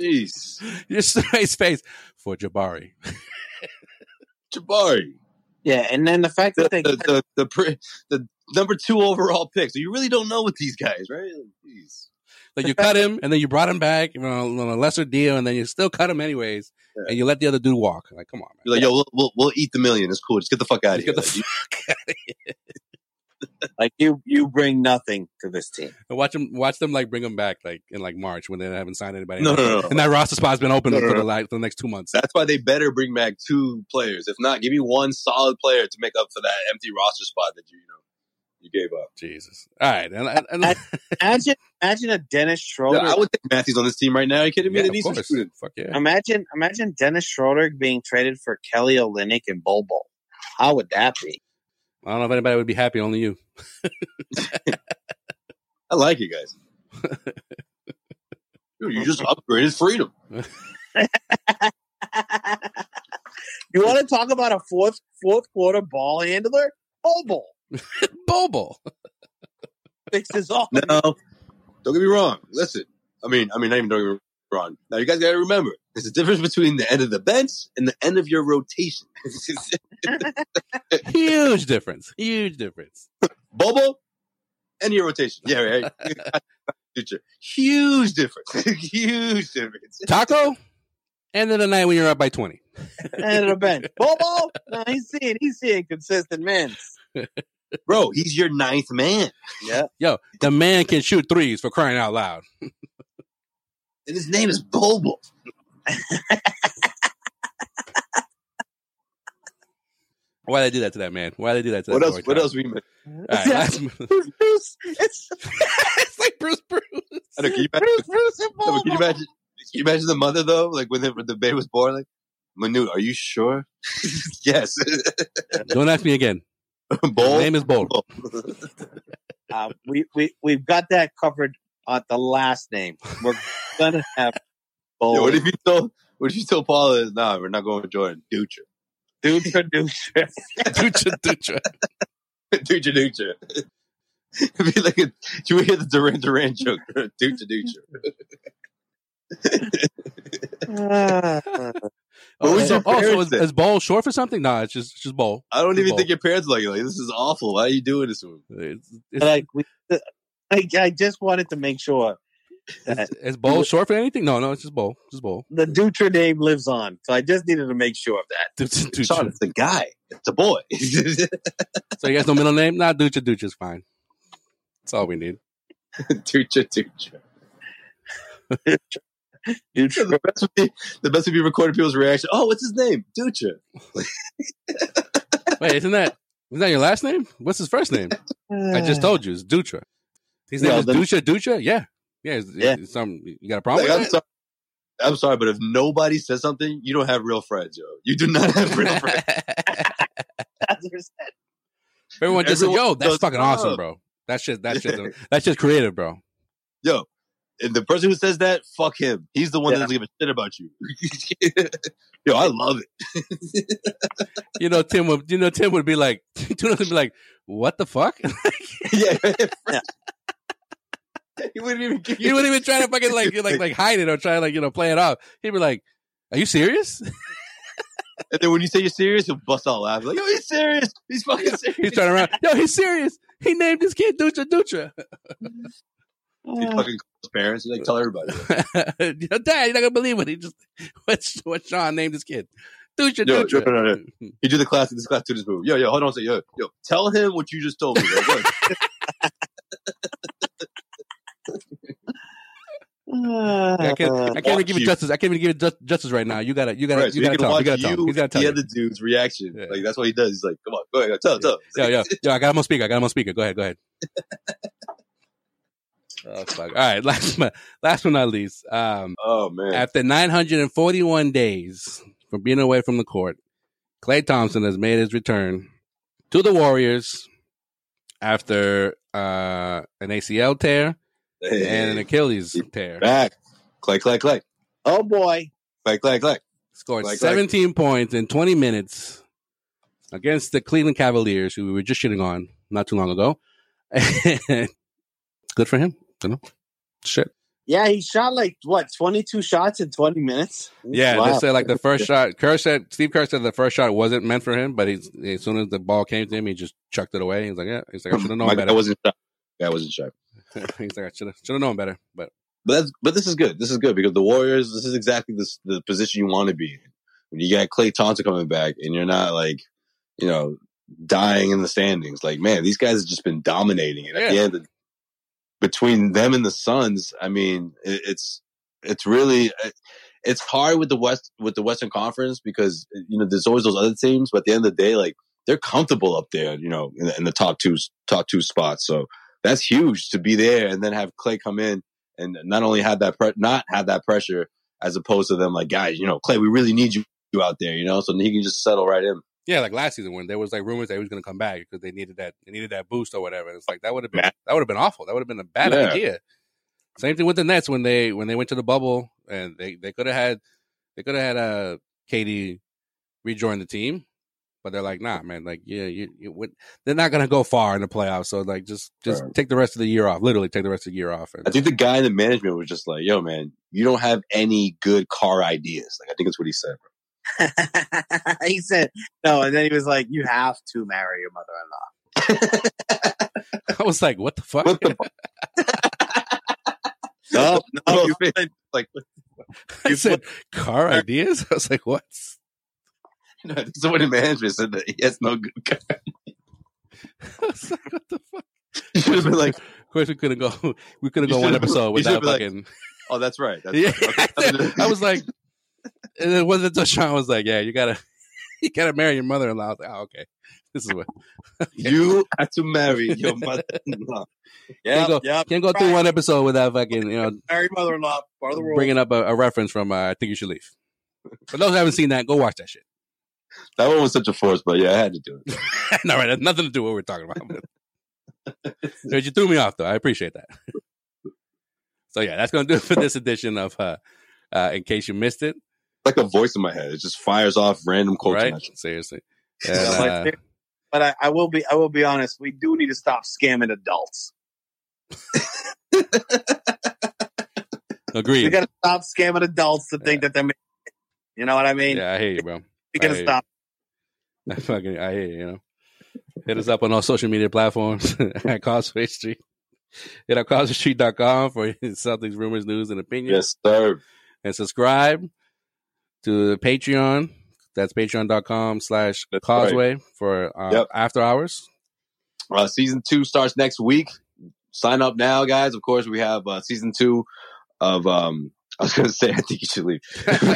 [SPEAKER 1] Jeez.
[SPEAKER 2] Your space space for Jabari.
[SPEAKER 1] Jabari.
[SPEAKER 4] Yeah, and then the fact
[SPEAKER 1] The
[SPEAKER 4] that
[SPEAKER 1] the
[SPEAKER 4] they
[SPEAKER 1] the, the, pre- the number 2 overall pick. So you really don't know with these guys, right? Jeez.
[SPEAKER 2] Like you cut him and then you brought him back you know, on a lesser deal and then you still cut him anyways
[SPEAKER 1] Yeah.
[SPEAKER 2] and you let the other dude walk. Like come on, man.
[SPEAKER 1] You're like, yo, we'll, we'll, we'll eat the million. It's cool. Just get the fuck out of
[SPEAKER 2] Just
[SPEAKER 1] here.
[SPEAKER 2] get the
[SPEAKER 1] Like, you-
[SPEAKER 3] Like you, you bring nothing to this team.
[SPEAKER 2] And watch them, watch them like bring them back like in like March when they haven't signed anybody.
[SPEAKER 1] No, no, no.
[SPEAKER 2] And that roster spot's been open
[SPEAKER 1] No, no,
[SPEAKER 2] for
[SPEAKER 1] no.
[SPEAKER 2] the like for the next two months.
[SPEAKER 1] That's why they better bring back two players. If not, give me one solid player to make up for that empty roster spot that you you know you gave up.
[SPEAKER 2] Jesus. All right, and, and, and-
[SPEAKER 4] I- Imagine, imagine a Dennis Schroeder.
[SPEAKER 1] Yeah, I would think Matthews on this team right now. Are you kidding me?
[SPEAKER 2] yeah,
[SPEAKER 1] they
[SPEAKER 2] of
[SPEAKER 1] need some
[SPEAKER 2] course.
[SPEAKER 1] shooting.
[SPEAKER 2] Fuck yeah.
[SPEAKER 4] Imagine, imagine Dennis Schroeder being traded for Kelly Olynyk and Bobo. How would that be?
[SPEAKER 2] I don't know if anybody would be happy. Only you.
[SPEAKER 1] I like you guys. Dude, you just upgraded freedom.
[SPEAKER 4] You want to talk about a fourth fourth quarter ball handler? Bobo
[SPEAKER 2] Bobo.
[SPEAKER 4] fixes all.
[SPEAKER 1] No, don't get me wrong. Listen, I mean, I mean, not even don't get me wrong. Now you guys got to remember, there's a difference between the end of the bench and the end of your rotation.
[SPEAKER 2] Huge difference. Huge difference.
[SPEAKER 1] Bobo, end of your rotation. Yeah, right. Future, huge difference. huge difference.
[SPEAKER 2] Taco. End of the night when you're up by twenty.
[SPEAKER 4] end of the bench. Bobo, no, he's seeing he's seeing consistent minutes.
[SPEAKER 1] bro. He's your ninth man,
[SPEAKER 2] Yo, the man can shoot threes for crying out loud.
[SPEAKER 1] and his name is Bobo.
[SPEAKER 2] Why they do that to that man? Why they do that to that?
[SPEAKER 1] What else?
[SPEAKER 2] poor
[SPEAKER 1] What
[SPEAKER 2] guy?
[SPEAKER 1] else we missed?
[SPEAKER 2] All right, last-
[SPEAKER 4] Bruce, Bruce, it's
[SPEAKER 2] it's like Bruce Bruce.
[SPEAKER 1] I don't, know, can you imagine?
[SPEAKER 4] Bruce, Bruce, and
[SPEAKER 1] No,
[SPEAKER 4] Bobo.
[SPEAKER 1] but can you imagine? Can you imagine the mother though? Like when the, when the baby was born, like Manute, are you sure? yes,
[SPEAKER 2] Don't ask me again. His
[SPEAKER 1] Bobo.
[SPEAKER 2] name is Bold.
[SPEAKER 4] Uh, we we we've got that covered on the last name. We're gonna have
[SPEAKER 1] Yo,
[SPEAKER 4] Bobo.
[SPEAKER 1] what if you told what if you told Paula nah we're not going with Jordan Dutra
[SPEAKER 4] Dutra, Dutra.
[SPEAKER 2] Ducha Ducha.
[SPEAKER 1] Dutra Dutra It'd be like a, you would hear the Duran Duran joke Dutra Dutra
[SPEAKER 4] Ah.
[SPEAKER 1] What
[SPEAKER 2] Oh,
[SPEAKER 1] was
[SPEAKER 2] so-
[SPEAKER 1] your
[SPEAKER 2] oh, so
[SPEAKER 1] parents
[SPEAKER 2] is,
[SPEAKER 1] then?
[SPEAKER 2] is Bowl short for something? No, it's just it's just Bowl.
[SPEAKER 1] I don't
[SPEAKER 2] It's
[SPEAKER 1] even
[SPEAKER 2] Bowl.
[SPEAKER 1] think your parents like it. like this is awful why are you doing this to him
[SPEAKER 2] It's,
[SPEAKER 4] But,
[SPEAKER 2] it's,
[SPEAKER 4] like we, I, I just wanted to make sure
[SPEAKER 2] is, is Bowl short for anything? No, no, it's just Bowl. Just Bowl.
[SPEAKER 4] the Dutra name lives on. So I just needed to make sure of that.
[SPEAKER 2] Ducha
[SPEAKER 1] Sean
[SPEAKER 2] Ducha.
[SPEAKER 1] it's a guy it's a boy
[SPEAKER 2] So you guys no middle name? Nah, Ducha Ducha is fine. That's all we need.
[SPEAKER 1] Dutra Dutra
[SPEAKER 4] Dutra,
[SPEAKER 1] the best would be the best would be recording people's reaction oh what's his name Dutra
[SPEAKER 2] Wait, isn't that isn't that your last name? What's his first name? I just told you, it's Dutra. His name
[SPEAKER 4] Yeah,
[SPEAKER 2] is
[SPEAKER 4] then-
[SPEAKER 2] Ducha Ducha. Yeah, yeah. It's,
[SPEAKER 4] Yeah.
[SPEAKER 2] it's some you got a problem?
[SPEAKER 1] Like, I'm
[SPEAKER 2] with
[SPEAKER 1] sorry I'm sorry but if nobody says something you don't have real friends yo you do not have real friends
[SPEAKER 2] that?
[SPEAKER 4] Others-
[SPEAKER 2] Everyone just said,
[SPEAKER 1] Everyone
[SPEAKER 2] "Yo, that's
[SPEAKER 1] goes,
[SPEAKER 2] fucking awesome,
[SPEAKER 1] "Oh."
[SPEAKER 2] bro. That's just that's just that's just creative, bro."
[SPEAKER 1] yo, and the person who says that, fuck him. He's the one that
[SPEAKER 4] Yeah.
[SPEAKER 1] doesn't give a shit about you. yo, I love it.
[SPEAKER 2] you know, Tim would, you know, Tim would be like, Tuna would be like, what the fuck?
[SPEAKER 1] yeah. he wouldn't even give
[SPEAKER 2] he
[SPEAKER 1] you.
[SPEAKER 2] wouldn't even try to fucking like, like, like hide it or try to like, you know, play it off. He'd be like, are you serious?
[SPEAKER 1] And then when you say you're serious, he'll bust out laughing. Like, yo, he's serious. He's fucking serious.
[SPEAKER 2] He's turning around. Yo, he's serious. He named his kid Dutra Dutra.
[SPEAKER 1] He fucking calls his parents. He's like, tell everybody.
[SPEAKER 2] Your dad, you're not gonna believe what he just what what Sean named his kid. Dutra
[SPEAKER 1] Yo,
[SPEAKER 2] Dutra.
[SPEAKER 1] no, no, He do the classic. This class do this move. Yo, yo, hold on. Say, yo, yo, tell him what you just told me. Like, look,
[SPEAKER 2] I can't. I can't even give it
[SPEAKER 1] you.
[SPEAKER 2] justice. I can't even give it just, justice right now. You gotta. You gotta.
[SPEAKER 1] right, so
[SPEAKER 2] you
[SPEAKER 1] he
[SPEAKER 2] gotta
[SPEAKER 1] can
[SPEAKER 2] tell. him. You
[SPEAKER 1] watch
[SPEAKER 2] gotta tell. him.
[SPEAKER 1] you,
[SPEAKER 2] He's gotta tell.
[SPEAKER 1] the
[SPEAKER 2] him.
[SPEAKER 1] other dude's reaction.
[SPEAKER 2] Yeah.
[SPEAKER 1] Like that's what he does. He's like, come on, go ahead, tell, tell.
[SPEAKER 2] yo, yo, yo, I got him on speaker. I got him on speaker. Go ahead, go ahead. Oh fuck! All right, last but last but not least, um,
[SPEAKER 1] Oh man,
[SPEAKER 2] after 941 days from being away from the court, Clay Thompson has made his return to the Warriors after uh, an ACL tear
[SPEAKER 1] Hey,
[SPEAKER 2] and an Achilles tear.
[SPEAKER 1] back, click, click, click,
[SPEAKER 4] Oh boy.
[SPEAKER 1] click, click, click.
[SPEAKER 2] Scored
[SPEAKER 1] Like- like-
[SPEAKER 2] 17 points in 20 minutes against the Cleveland Cavaliers, who we were just shitting on not too long ago. Good for him. You know? Shit.
[SPEAKER 4] Yeah, he shot like what, twenty two shots in twenty minutes?
[SPEAKER 2] Yeah,
[SPEAKER 4] Wow.
[SPEAKER 2] they said like the first shot. Kerr said Steve Kerr said the first shot wasn't meant for him, but he's, as soon as the ball came to him, he just chucked it away. He's like, yeah, he's like, I should have known
[SPEAKER 1] My guy
[SPEAKER 2] better.
[SPEAKER 1] wasn't shy. Guy wasn't shy.
[SPEAKER 2] he's like, I should have should have known better. But
[SPEAKER 1] But that's but this is good. This is good because the Warriors. This is exactly this, the position you want to be in when you got Clay Thompson coming back, and you're not like you know dying in the standings. Like, man, these guys have just been dominating it. At the
[SPEAKER 2] Yeah.
[SPEAKER 1] end, between them and the Suns, I mean, it, it's it's really uh, it's hard with the West with the Western Conference because you know there's always those other teams. But at the end of the day, like they're comfortable up there, you know, in the, in the top two top two spots. So that's huge to be there and then have Clay come in and not only have that pre- not have that pressure as opposed to them like guys, you know, Clay, we really need you out there, you know, so he can just settle right in.
[SPEAKER 2] Yeah, like last season when there was like rumors that he was going to come back because they needed that they needed that boost or whatever. It's like that would have been
[SPEAKER 1] Yeah.
[SPEAKER 2] that would have been awful. That would have been a bad
[SPEAKER 1] Yeah.
[SPEAKER 2] idea. Same thing with the Nets when they when they went to the bubble and they they could have had they could have had uh Katie rejoin the team, but they're like, nah, man, like yeah, you, you would, they're not going to go far in the playoffs. So like just just
[SPEAKER 1] Right.
[SPEAKER 2] take the rest of the year off. Literally take the rest of the year off. And,
[SPEAKER 1] I think the guy in the management was just like, "Yo, man, you don't have any good car ideas." Like, I think that's what he said. bro.
[SPEAKER 4] he said no, and then he was like, "You have to marry your mother-in-law."
[SPEAKER 2] I was like, what the fuck?
[SPEAKER 1] What the
[SPEAKER 4] No, no, you
[SPEAKER 1] fuck? like,
[SPEAKER 2] I said car ideas. I was like, what?
[SPEAKER 1] no, someone in management said that he has no good. Car.
[SPEAKER 2] I was like, what the fuck?
[SPEAKER 1] He should have been like,
[SPEAKER 2] Of course, we couldn't go. We couldn't
[SPEAKER 1] You
[SPEAKER 2] go one
[SPEAKER 1] should've-
[SPEAKER 2] episode
[SPEAKER 1] you
[SPEAKER 2] without
[SPEAKER 1] should've been like,
[SPEAKER 2] fucking.
[SPEAKER 1] "Oh, that's right." That's
[SPEAKER 2] Yeah,
[SPEAKER 1] right. Okay.
[SPEAKER 2] I was like, and then wasn't until Sean was like, "Yeah, you gotta, you gotta marry your mother-in-law." I was like, "Oh, okay, this is what
[SPEAKER 1] "You have to marry your mother-in-law."
[SPEAKER 2] can't go,
[SPEAKER 4] yep.
[SPEAKER 2] can't go through one episode without fucking you know
[SPEAKER 4] Marry your mother-in-law, part of the world.
[SPEAKER 2] bringing up a, a reference from uh, I think you should leave." For those who haven't seen that, go watch that shit.
[SPEAKER 1] That one was such a force, but yeah, I had to do it.
[SPEAKER 2] All right, that's nothing to do with what we're talking about. But you threw me off though. I appreciate that. So yeah, that's gonna do it for this edition of. uh uh, in case you missed it,
[SPEAKER 1] Like a voice in my head, it just fires off random quotes.
[SPEAKER 2] right?
[SPEAKER 1] and that shit.
[SPEAKER 2] Seriously,
[SPEAKER 1] Yeah,
[SPEAKER 2] And,
[SPEAKER 4] like,
[SPEAKER 2] uh,
[SPEAKER 4] but I, I will be I will be honest. We do need to stop scamming adults. We
[SPEAKER 2] agreed.
[SPEAKER 4] got to stop scamming adults to think that they're. ma- You know what I mean?
[SPEAKER 2] Yeah, I hear you, bro.
[SPEAKER 4] we got
[SPEAKER 2] I hear
[SPEAKER 4] to
[SPEAKER 2] you.
[SPEAKER 4] stop.
[SPEAKER 2] I fucking I hear you, you know. Hit us up on all social media platforms at Causeway Street. Hit up causewaystreet.com for Celtics rumors, news, and opinions.
[SPEAKER 1] Yes, sir.
[SPEAKER 2] And subscribe to the Patreon. That's patreon.com slash
[SPEAKER 1] That's right.
[SPEAKER 2] causeway for uh,
[SPEAKER 1] Yep.
[SPEAKER 2] after hours.
[SPEAKER 1] Uh, season two starts next week. Sign up now, guys. Of course, we have uh, season two of. um I was going to say, I think you should leave.
[SPEAKER 2] that's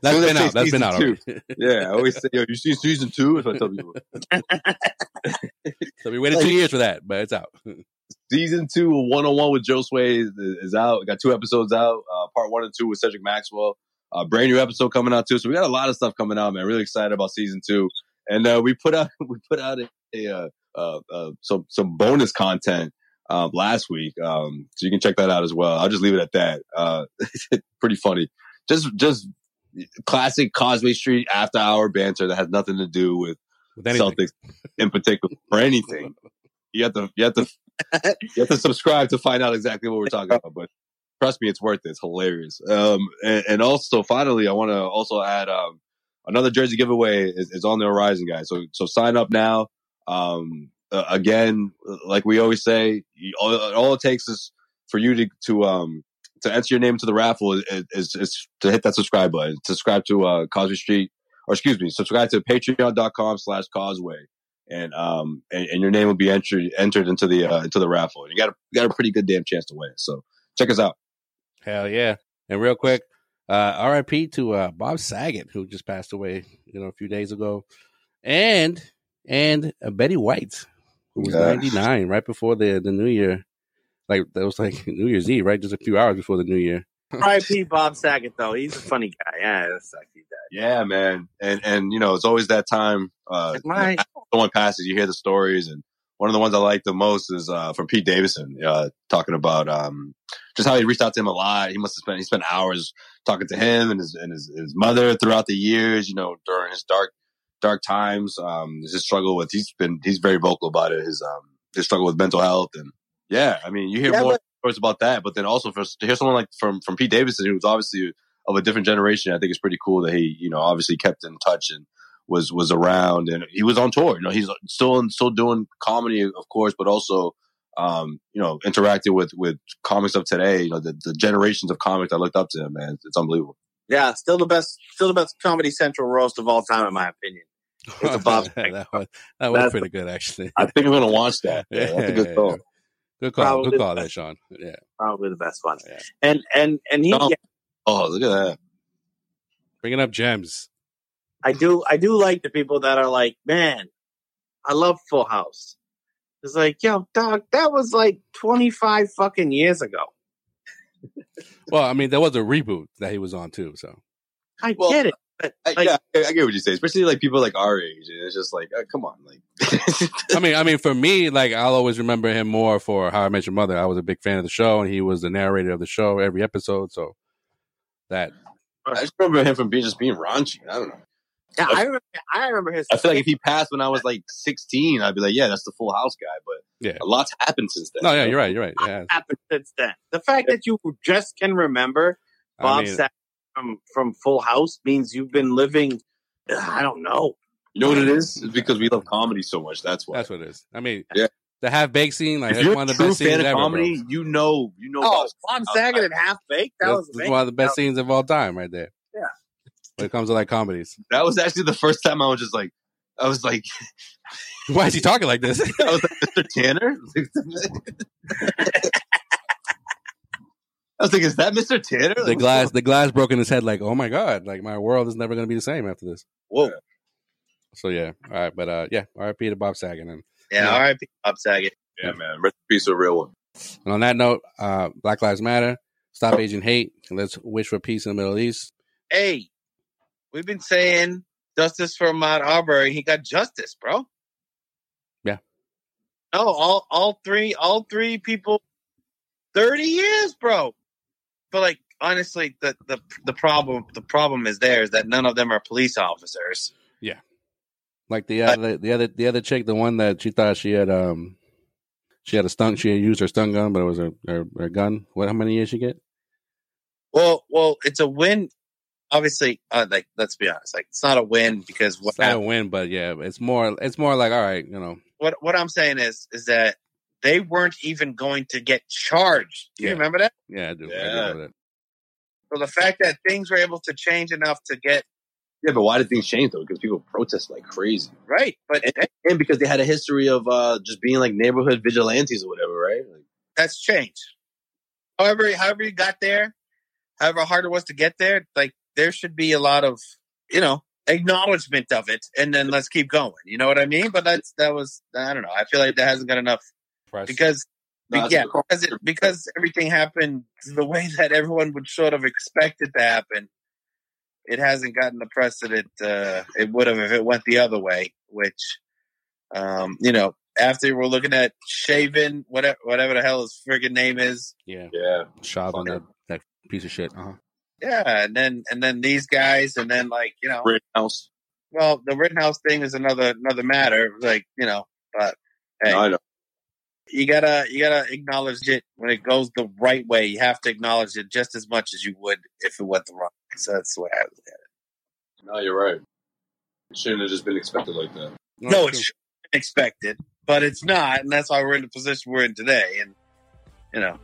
[SPEAKER 2] been out. That's
[SPEAKER 1] Season
[SPEAKER 2] been out. already.
[SPEAKER 1] Yeah, I always say, yo, you seen season two? If I tell people,
[SPEAKER 2] So we waited two years for that, but it's out.
[SPEAKER 1] season two of One on One with Joe Sway is, is out. We got two episodes out. Uh, part one and two with Cedric Maxwell. Uh, brand new episode coming out too. So we got a lot of stuff coming out, man. Really excited about season two. And uh, we put out we put out a, a uh, uh, uh, some some bonus content uh, last week, um, so you can check that out as well. I'll just leave it at that. Uh, pretty funny. Just just classic Causeway Street after hour banter that has nothing to do with
[SPEAKER 2] With anything.
[SPEAKER 1] Celtics in particular for anything. You have to you have to you have to subscribe to find out exactly what we're talking about. But trust me, it's worth it. It's hilarious. Um, and, and also finally, I want to also add um, another jersey giveaway is, is on the horizon, guys. So so sign up now. Um, uh, again, like we always say, you- all, all it takes is for you to to um to enter your name to the raffle is, is, is to hit that subscribe button. Subscribe to uh, Causeway Street or excuse me, subscribe to patreon.com slash causeway. And um and, and your name will be entered entered into the uh, into the raffle. And you got a you got a pretty good damn chance to win it. So check us out.
[SPEAKER 2] Hell yeah. And real quick, uh, RIP to uh, Bob Saget, who just passed away, you know, a few days ago. And and uh, Betty White, who was
[SPEAKER 1] Yeah.
[SPEAKER 2] 99 right before the, the new year. Like that was like New Year's Eve, right? Just a few hours before the new year.
[SPEAKER 4] R.I.P. Bob Saget though. He's a funny guy. Yeah, that's like he died.
[SPEAKER 1] Yeah, man. And and you know, it's always that time uh
[SPEAKER 4] Like, my
[SPEAKER 1] someone passes, you hear the stories and one of the ones I like the most is uh, from Pete Davidson, uh, talking about um, just how he reached out to him a lot. He must have spent he spent hours talking to him and his and his, his mother throughout the years. You know, during his dark dark times, um, his struggle with he's been he's very vocal about it. His um, his struggle with mental health and yeah, I mean, you hear
[SPEAKER 4] Yeah,
[SPEAKER 1] more
[SPEAKER 4] but-
[SPEAKER 1] stories about that, but then also for to hear someone like from from Pete Davidson, who's obviously of a different generation, I think it's pretty cool that he you know obviously kept in touch and was was around and he was on tour. You know, he's still still doing comedy, of course, but also um, you know interacting with with comics of today. You know, the, the generations of comics I looked up to him, man. It's unbelievable.
[SPEAKER 4] yeah, still the best, still the best Comedy Central roast of all time, in my opinion.
[SPEAKER 3] It's a Bob.
[SPEAKER 2] that was, that was
[SPEAKER 3] That's-
[SPEAKER 2] pretty good, actually.
[SPEAKER 1] I think I'm gonna watch that. Yeah, that's a good call.
[SPEAKER 2] Good call.
[SPEAKER 3] Probably
[SPEAKER 2] good
[SPEAKER 3] the
[SPEAKER 2] call there,
[SPEAKER 3] best.
[SPEAKER 2] Sean. Yeah.
[SPEAKER 3] Probably the best one.
[SPEAKER 2] Yeah.
[SPEAKER 3] And and and he,
[SPEAKER 1] No.
[SPEAKER 3] yeah,
[SPEAKER 1] Oh, look at that.
[SPEAKER 2] Bringing up gems.
[SPEAKER 3] I do I do like the people that are like, man, I love Full House. It's like, yo, dog, that was like twenty five fucking years ago.
[SPEAKER 2] Well, I mean, there was a reboot that he was on too. So
[SPEAKER 3] I
[SPEAKER 1] Well,
[SPEAKER 3] get it, but
[SPEAKER 1] I,
[SPEAKER 3] like,
[SPEAKER 1] yeah, I, I get what you say, especially like people like our age. And it's just like, uh, come on, like
[SPEAKER 2] I mean, I mean, for me, like I'll always remember him more for How I Met Your Mother. I was a big fan of the show, and he was the narrator of the show every episode. So that
[SPEAKER 1] I just remember him from being just being raunchy. I don't know.
[SPEAKER 3] yeah, I remember I remember his
[SPEAKER 1] I feel like if he passed when I was like 16, I'd be like, yeah, that's the Full House guy. But
[SPEAKER 2] Yeah.
[SPEAKER 1] a lot's happened since then.
[SPEAKER 2] no, yeah, you're right, you're right. Yeah,
[SPEAKER 3] happened since then. The fact that you just can remember
[SPEAKER 2] I
[SPEAKER 3] Bob
[SPEAKER 2] mean,
[SPEAKER 3] Sapp from from Full House means you've been living. uh, I don't know.
[SPEAKER 1] You know what it is? It's because we love comedy so much. That's why.
[SPEAKER 2] that's what it is. I mean,
[SPEAKER 1] Yeah.
[SPEAKER 2] the half baked scene, like
[SPEAKER 1] if
[SPEAKER 2] that's
[SPEAKER 1] you're
[SPEAKER 2] one
[SPEAKER 1] a
[SPEAKER 2] of the
[SPEAKER 1] true
[SPEAKER 2] best
[SPEAKER 1] fan
[SPEAKER 2] scenes
[SPEAKER 1] of
[SPEAKER 2] ever.
[SPEAKER 1] comedy,
[SPEAKER 2] bro.
[SPEAKER 1] you know, you know.
[SPEAKER 3] Oh,
[SPEAKER 1] about-
[SPEAKER 3] Bob Sagat and Half Baked. That
[SPEAKER 2] That's,
[SPEAKER 3] was
[SPEAKER 2] that's
[SPEAKER 3] amazing.
[SPEAKER 2] one of the best scenes of all time, right there.
[SPEAKER 3] Yeah.
[SPEAKER 2] When it comes to like comedies,
[SPEAKER 1] that was actually the first time I was just like, I was like,
[SPEAKER 2] why is he talking like this?
[SPEAKER 1] I was like, Mr. Tanner. I was like, is that Mr. Tanner?
[SPEAKER 2] the glass, the glass broke in his head. Like, oh my god, like my world is never going to be the same after this.
[SPEAKER 1] Whoa.
[SPEAKER 2] So yeah, all right, but uh, yeah, R.I.P. to Bob Saget. And,
[SPEAKER 4] Yeah,
[SPEAKER 2] Yeah.
[SPEAKER 4] R.I.P. Bob Saget.
[SPEAKER 1] Yeah, man. Rest in peace, a real one.
[SPEAKER 2] and on that note, uh, Black Lives Matter. Stop Asian hate. And let's wish for peace in the Middle East.
[SPEAKER 4] Hey, we've been saying justice for Ahmaud Arbery. He got justice, bro.
[SPEAKER 2] Yeah.
[SPEAKER 4] No, all all three all three people. Thirty years, bro. But like honestly, the the the problem the problem is there is that none of them are police officers.
[SPEAKER 2] Like the uh, the- the other the other chick, the one that she thought she had um she had a stun she had used her stun gun, but it was her her, her gun. What how many years she get?
[SPEAKER 4] Well, well, it's a win. Obviously, uh, like let's be honest, like it's not a win because what
[SPEAKER 2] It's not a
[SPEAKER 4] happened-
[SPEAKER 2] win, but yeah, it's more it's more like all right, you know.
[SPEAKER 4] what what I'm saying is is that they weren't even going to get charged. Do you
[SPEAKER 2] Yeah.
[SPEAKER 4] remember that?
[SPEAKER 2] Yeah, I do. I do
[SPEAKER 1] Yeah.
[SPEAKER 2] know that.
[SPEAKER 4] So the fact that things were able to change enough to get
[SPEAKER 1] Yeah, but why did things change though? Because people protest like crazy,
[SPEAKER 4] right, but
[SPEAKER 1] and because they had a history of uh, just being like neighborhood vigilantes or whatever, right? Like,
[SPEAKER 4] that's changed. However, however you got there, however hard it was to get there, like there should be a lot of you know acknowledgement of it, and then let's keep going. You know what I mean? But that's that was I don't know. I feel like that hasn't got enough
[SPEAKER 2] Price.
[SPEAKER 4] because
[SPEAKER 1] No, that's
[SPEAKER 4] yeah,
[SPEAKER 1] a good call.
[SPEAKER 4] because it, because everything happened the way that everyone would sort of expect it to happen. It hasn't gotten the press that it uh, it would have if it went the other way. Which, um, you know, after we're looking at Shaven, whatever whatever the hell his friggin' name is,
[SPEAKER 2] yeah,
[SPEAKER 1] yeah,
[SPEAKER 2] shot on that, that piece of shit. Uh-huh.
[SPEAKER 4] yeah, and then and then these guys, and then like you know,
[SPEAKER 1] Rittenhouse.
[SPEAKER 4] well, the Rittenhouse thing is another another matter. Like you know, but hey,
[SPEAKER 1] No, I know.
[SPEAKER 4] you gotta you gotta acknowledge it when it goes the right way. You have to acknowledge it just as much as you would if it went the wrong way. So that's the way I look at it.
[SPEAKER 1] No, you're right. It shouldn't have just been expected like that.
[SPEAKER 4] no, it's expected, but it's not, and that's why we're in the position we're in today. And you know,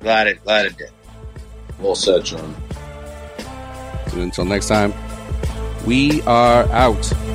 [SPEAKER 4] glad it glad it did.
[SPEAKER 1] Well said, Sean.
[SPEAKER 2] Until next time, we are out.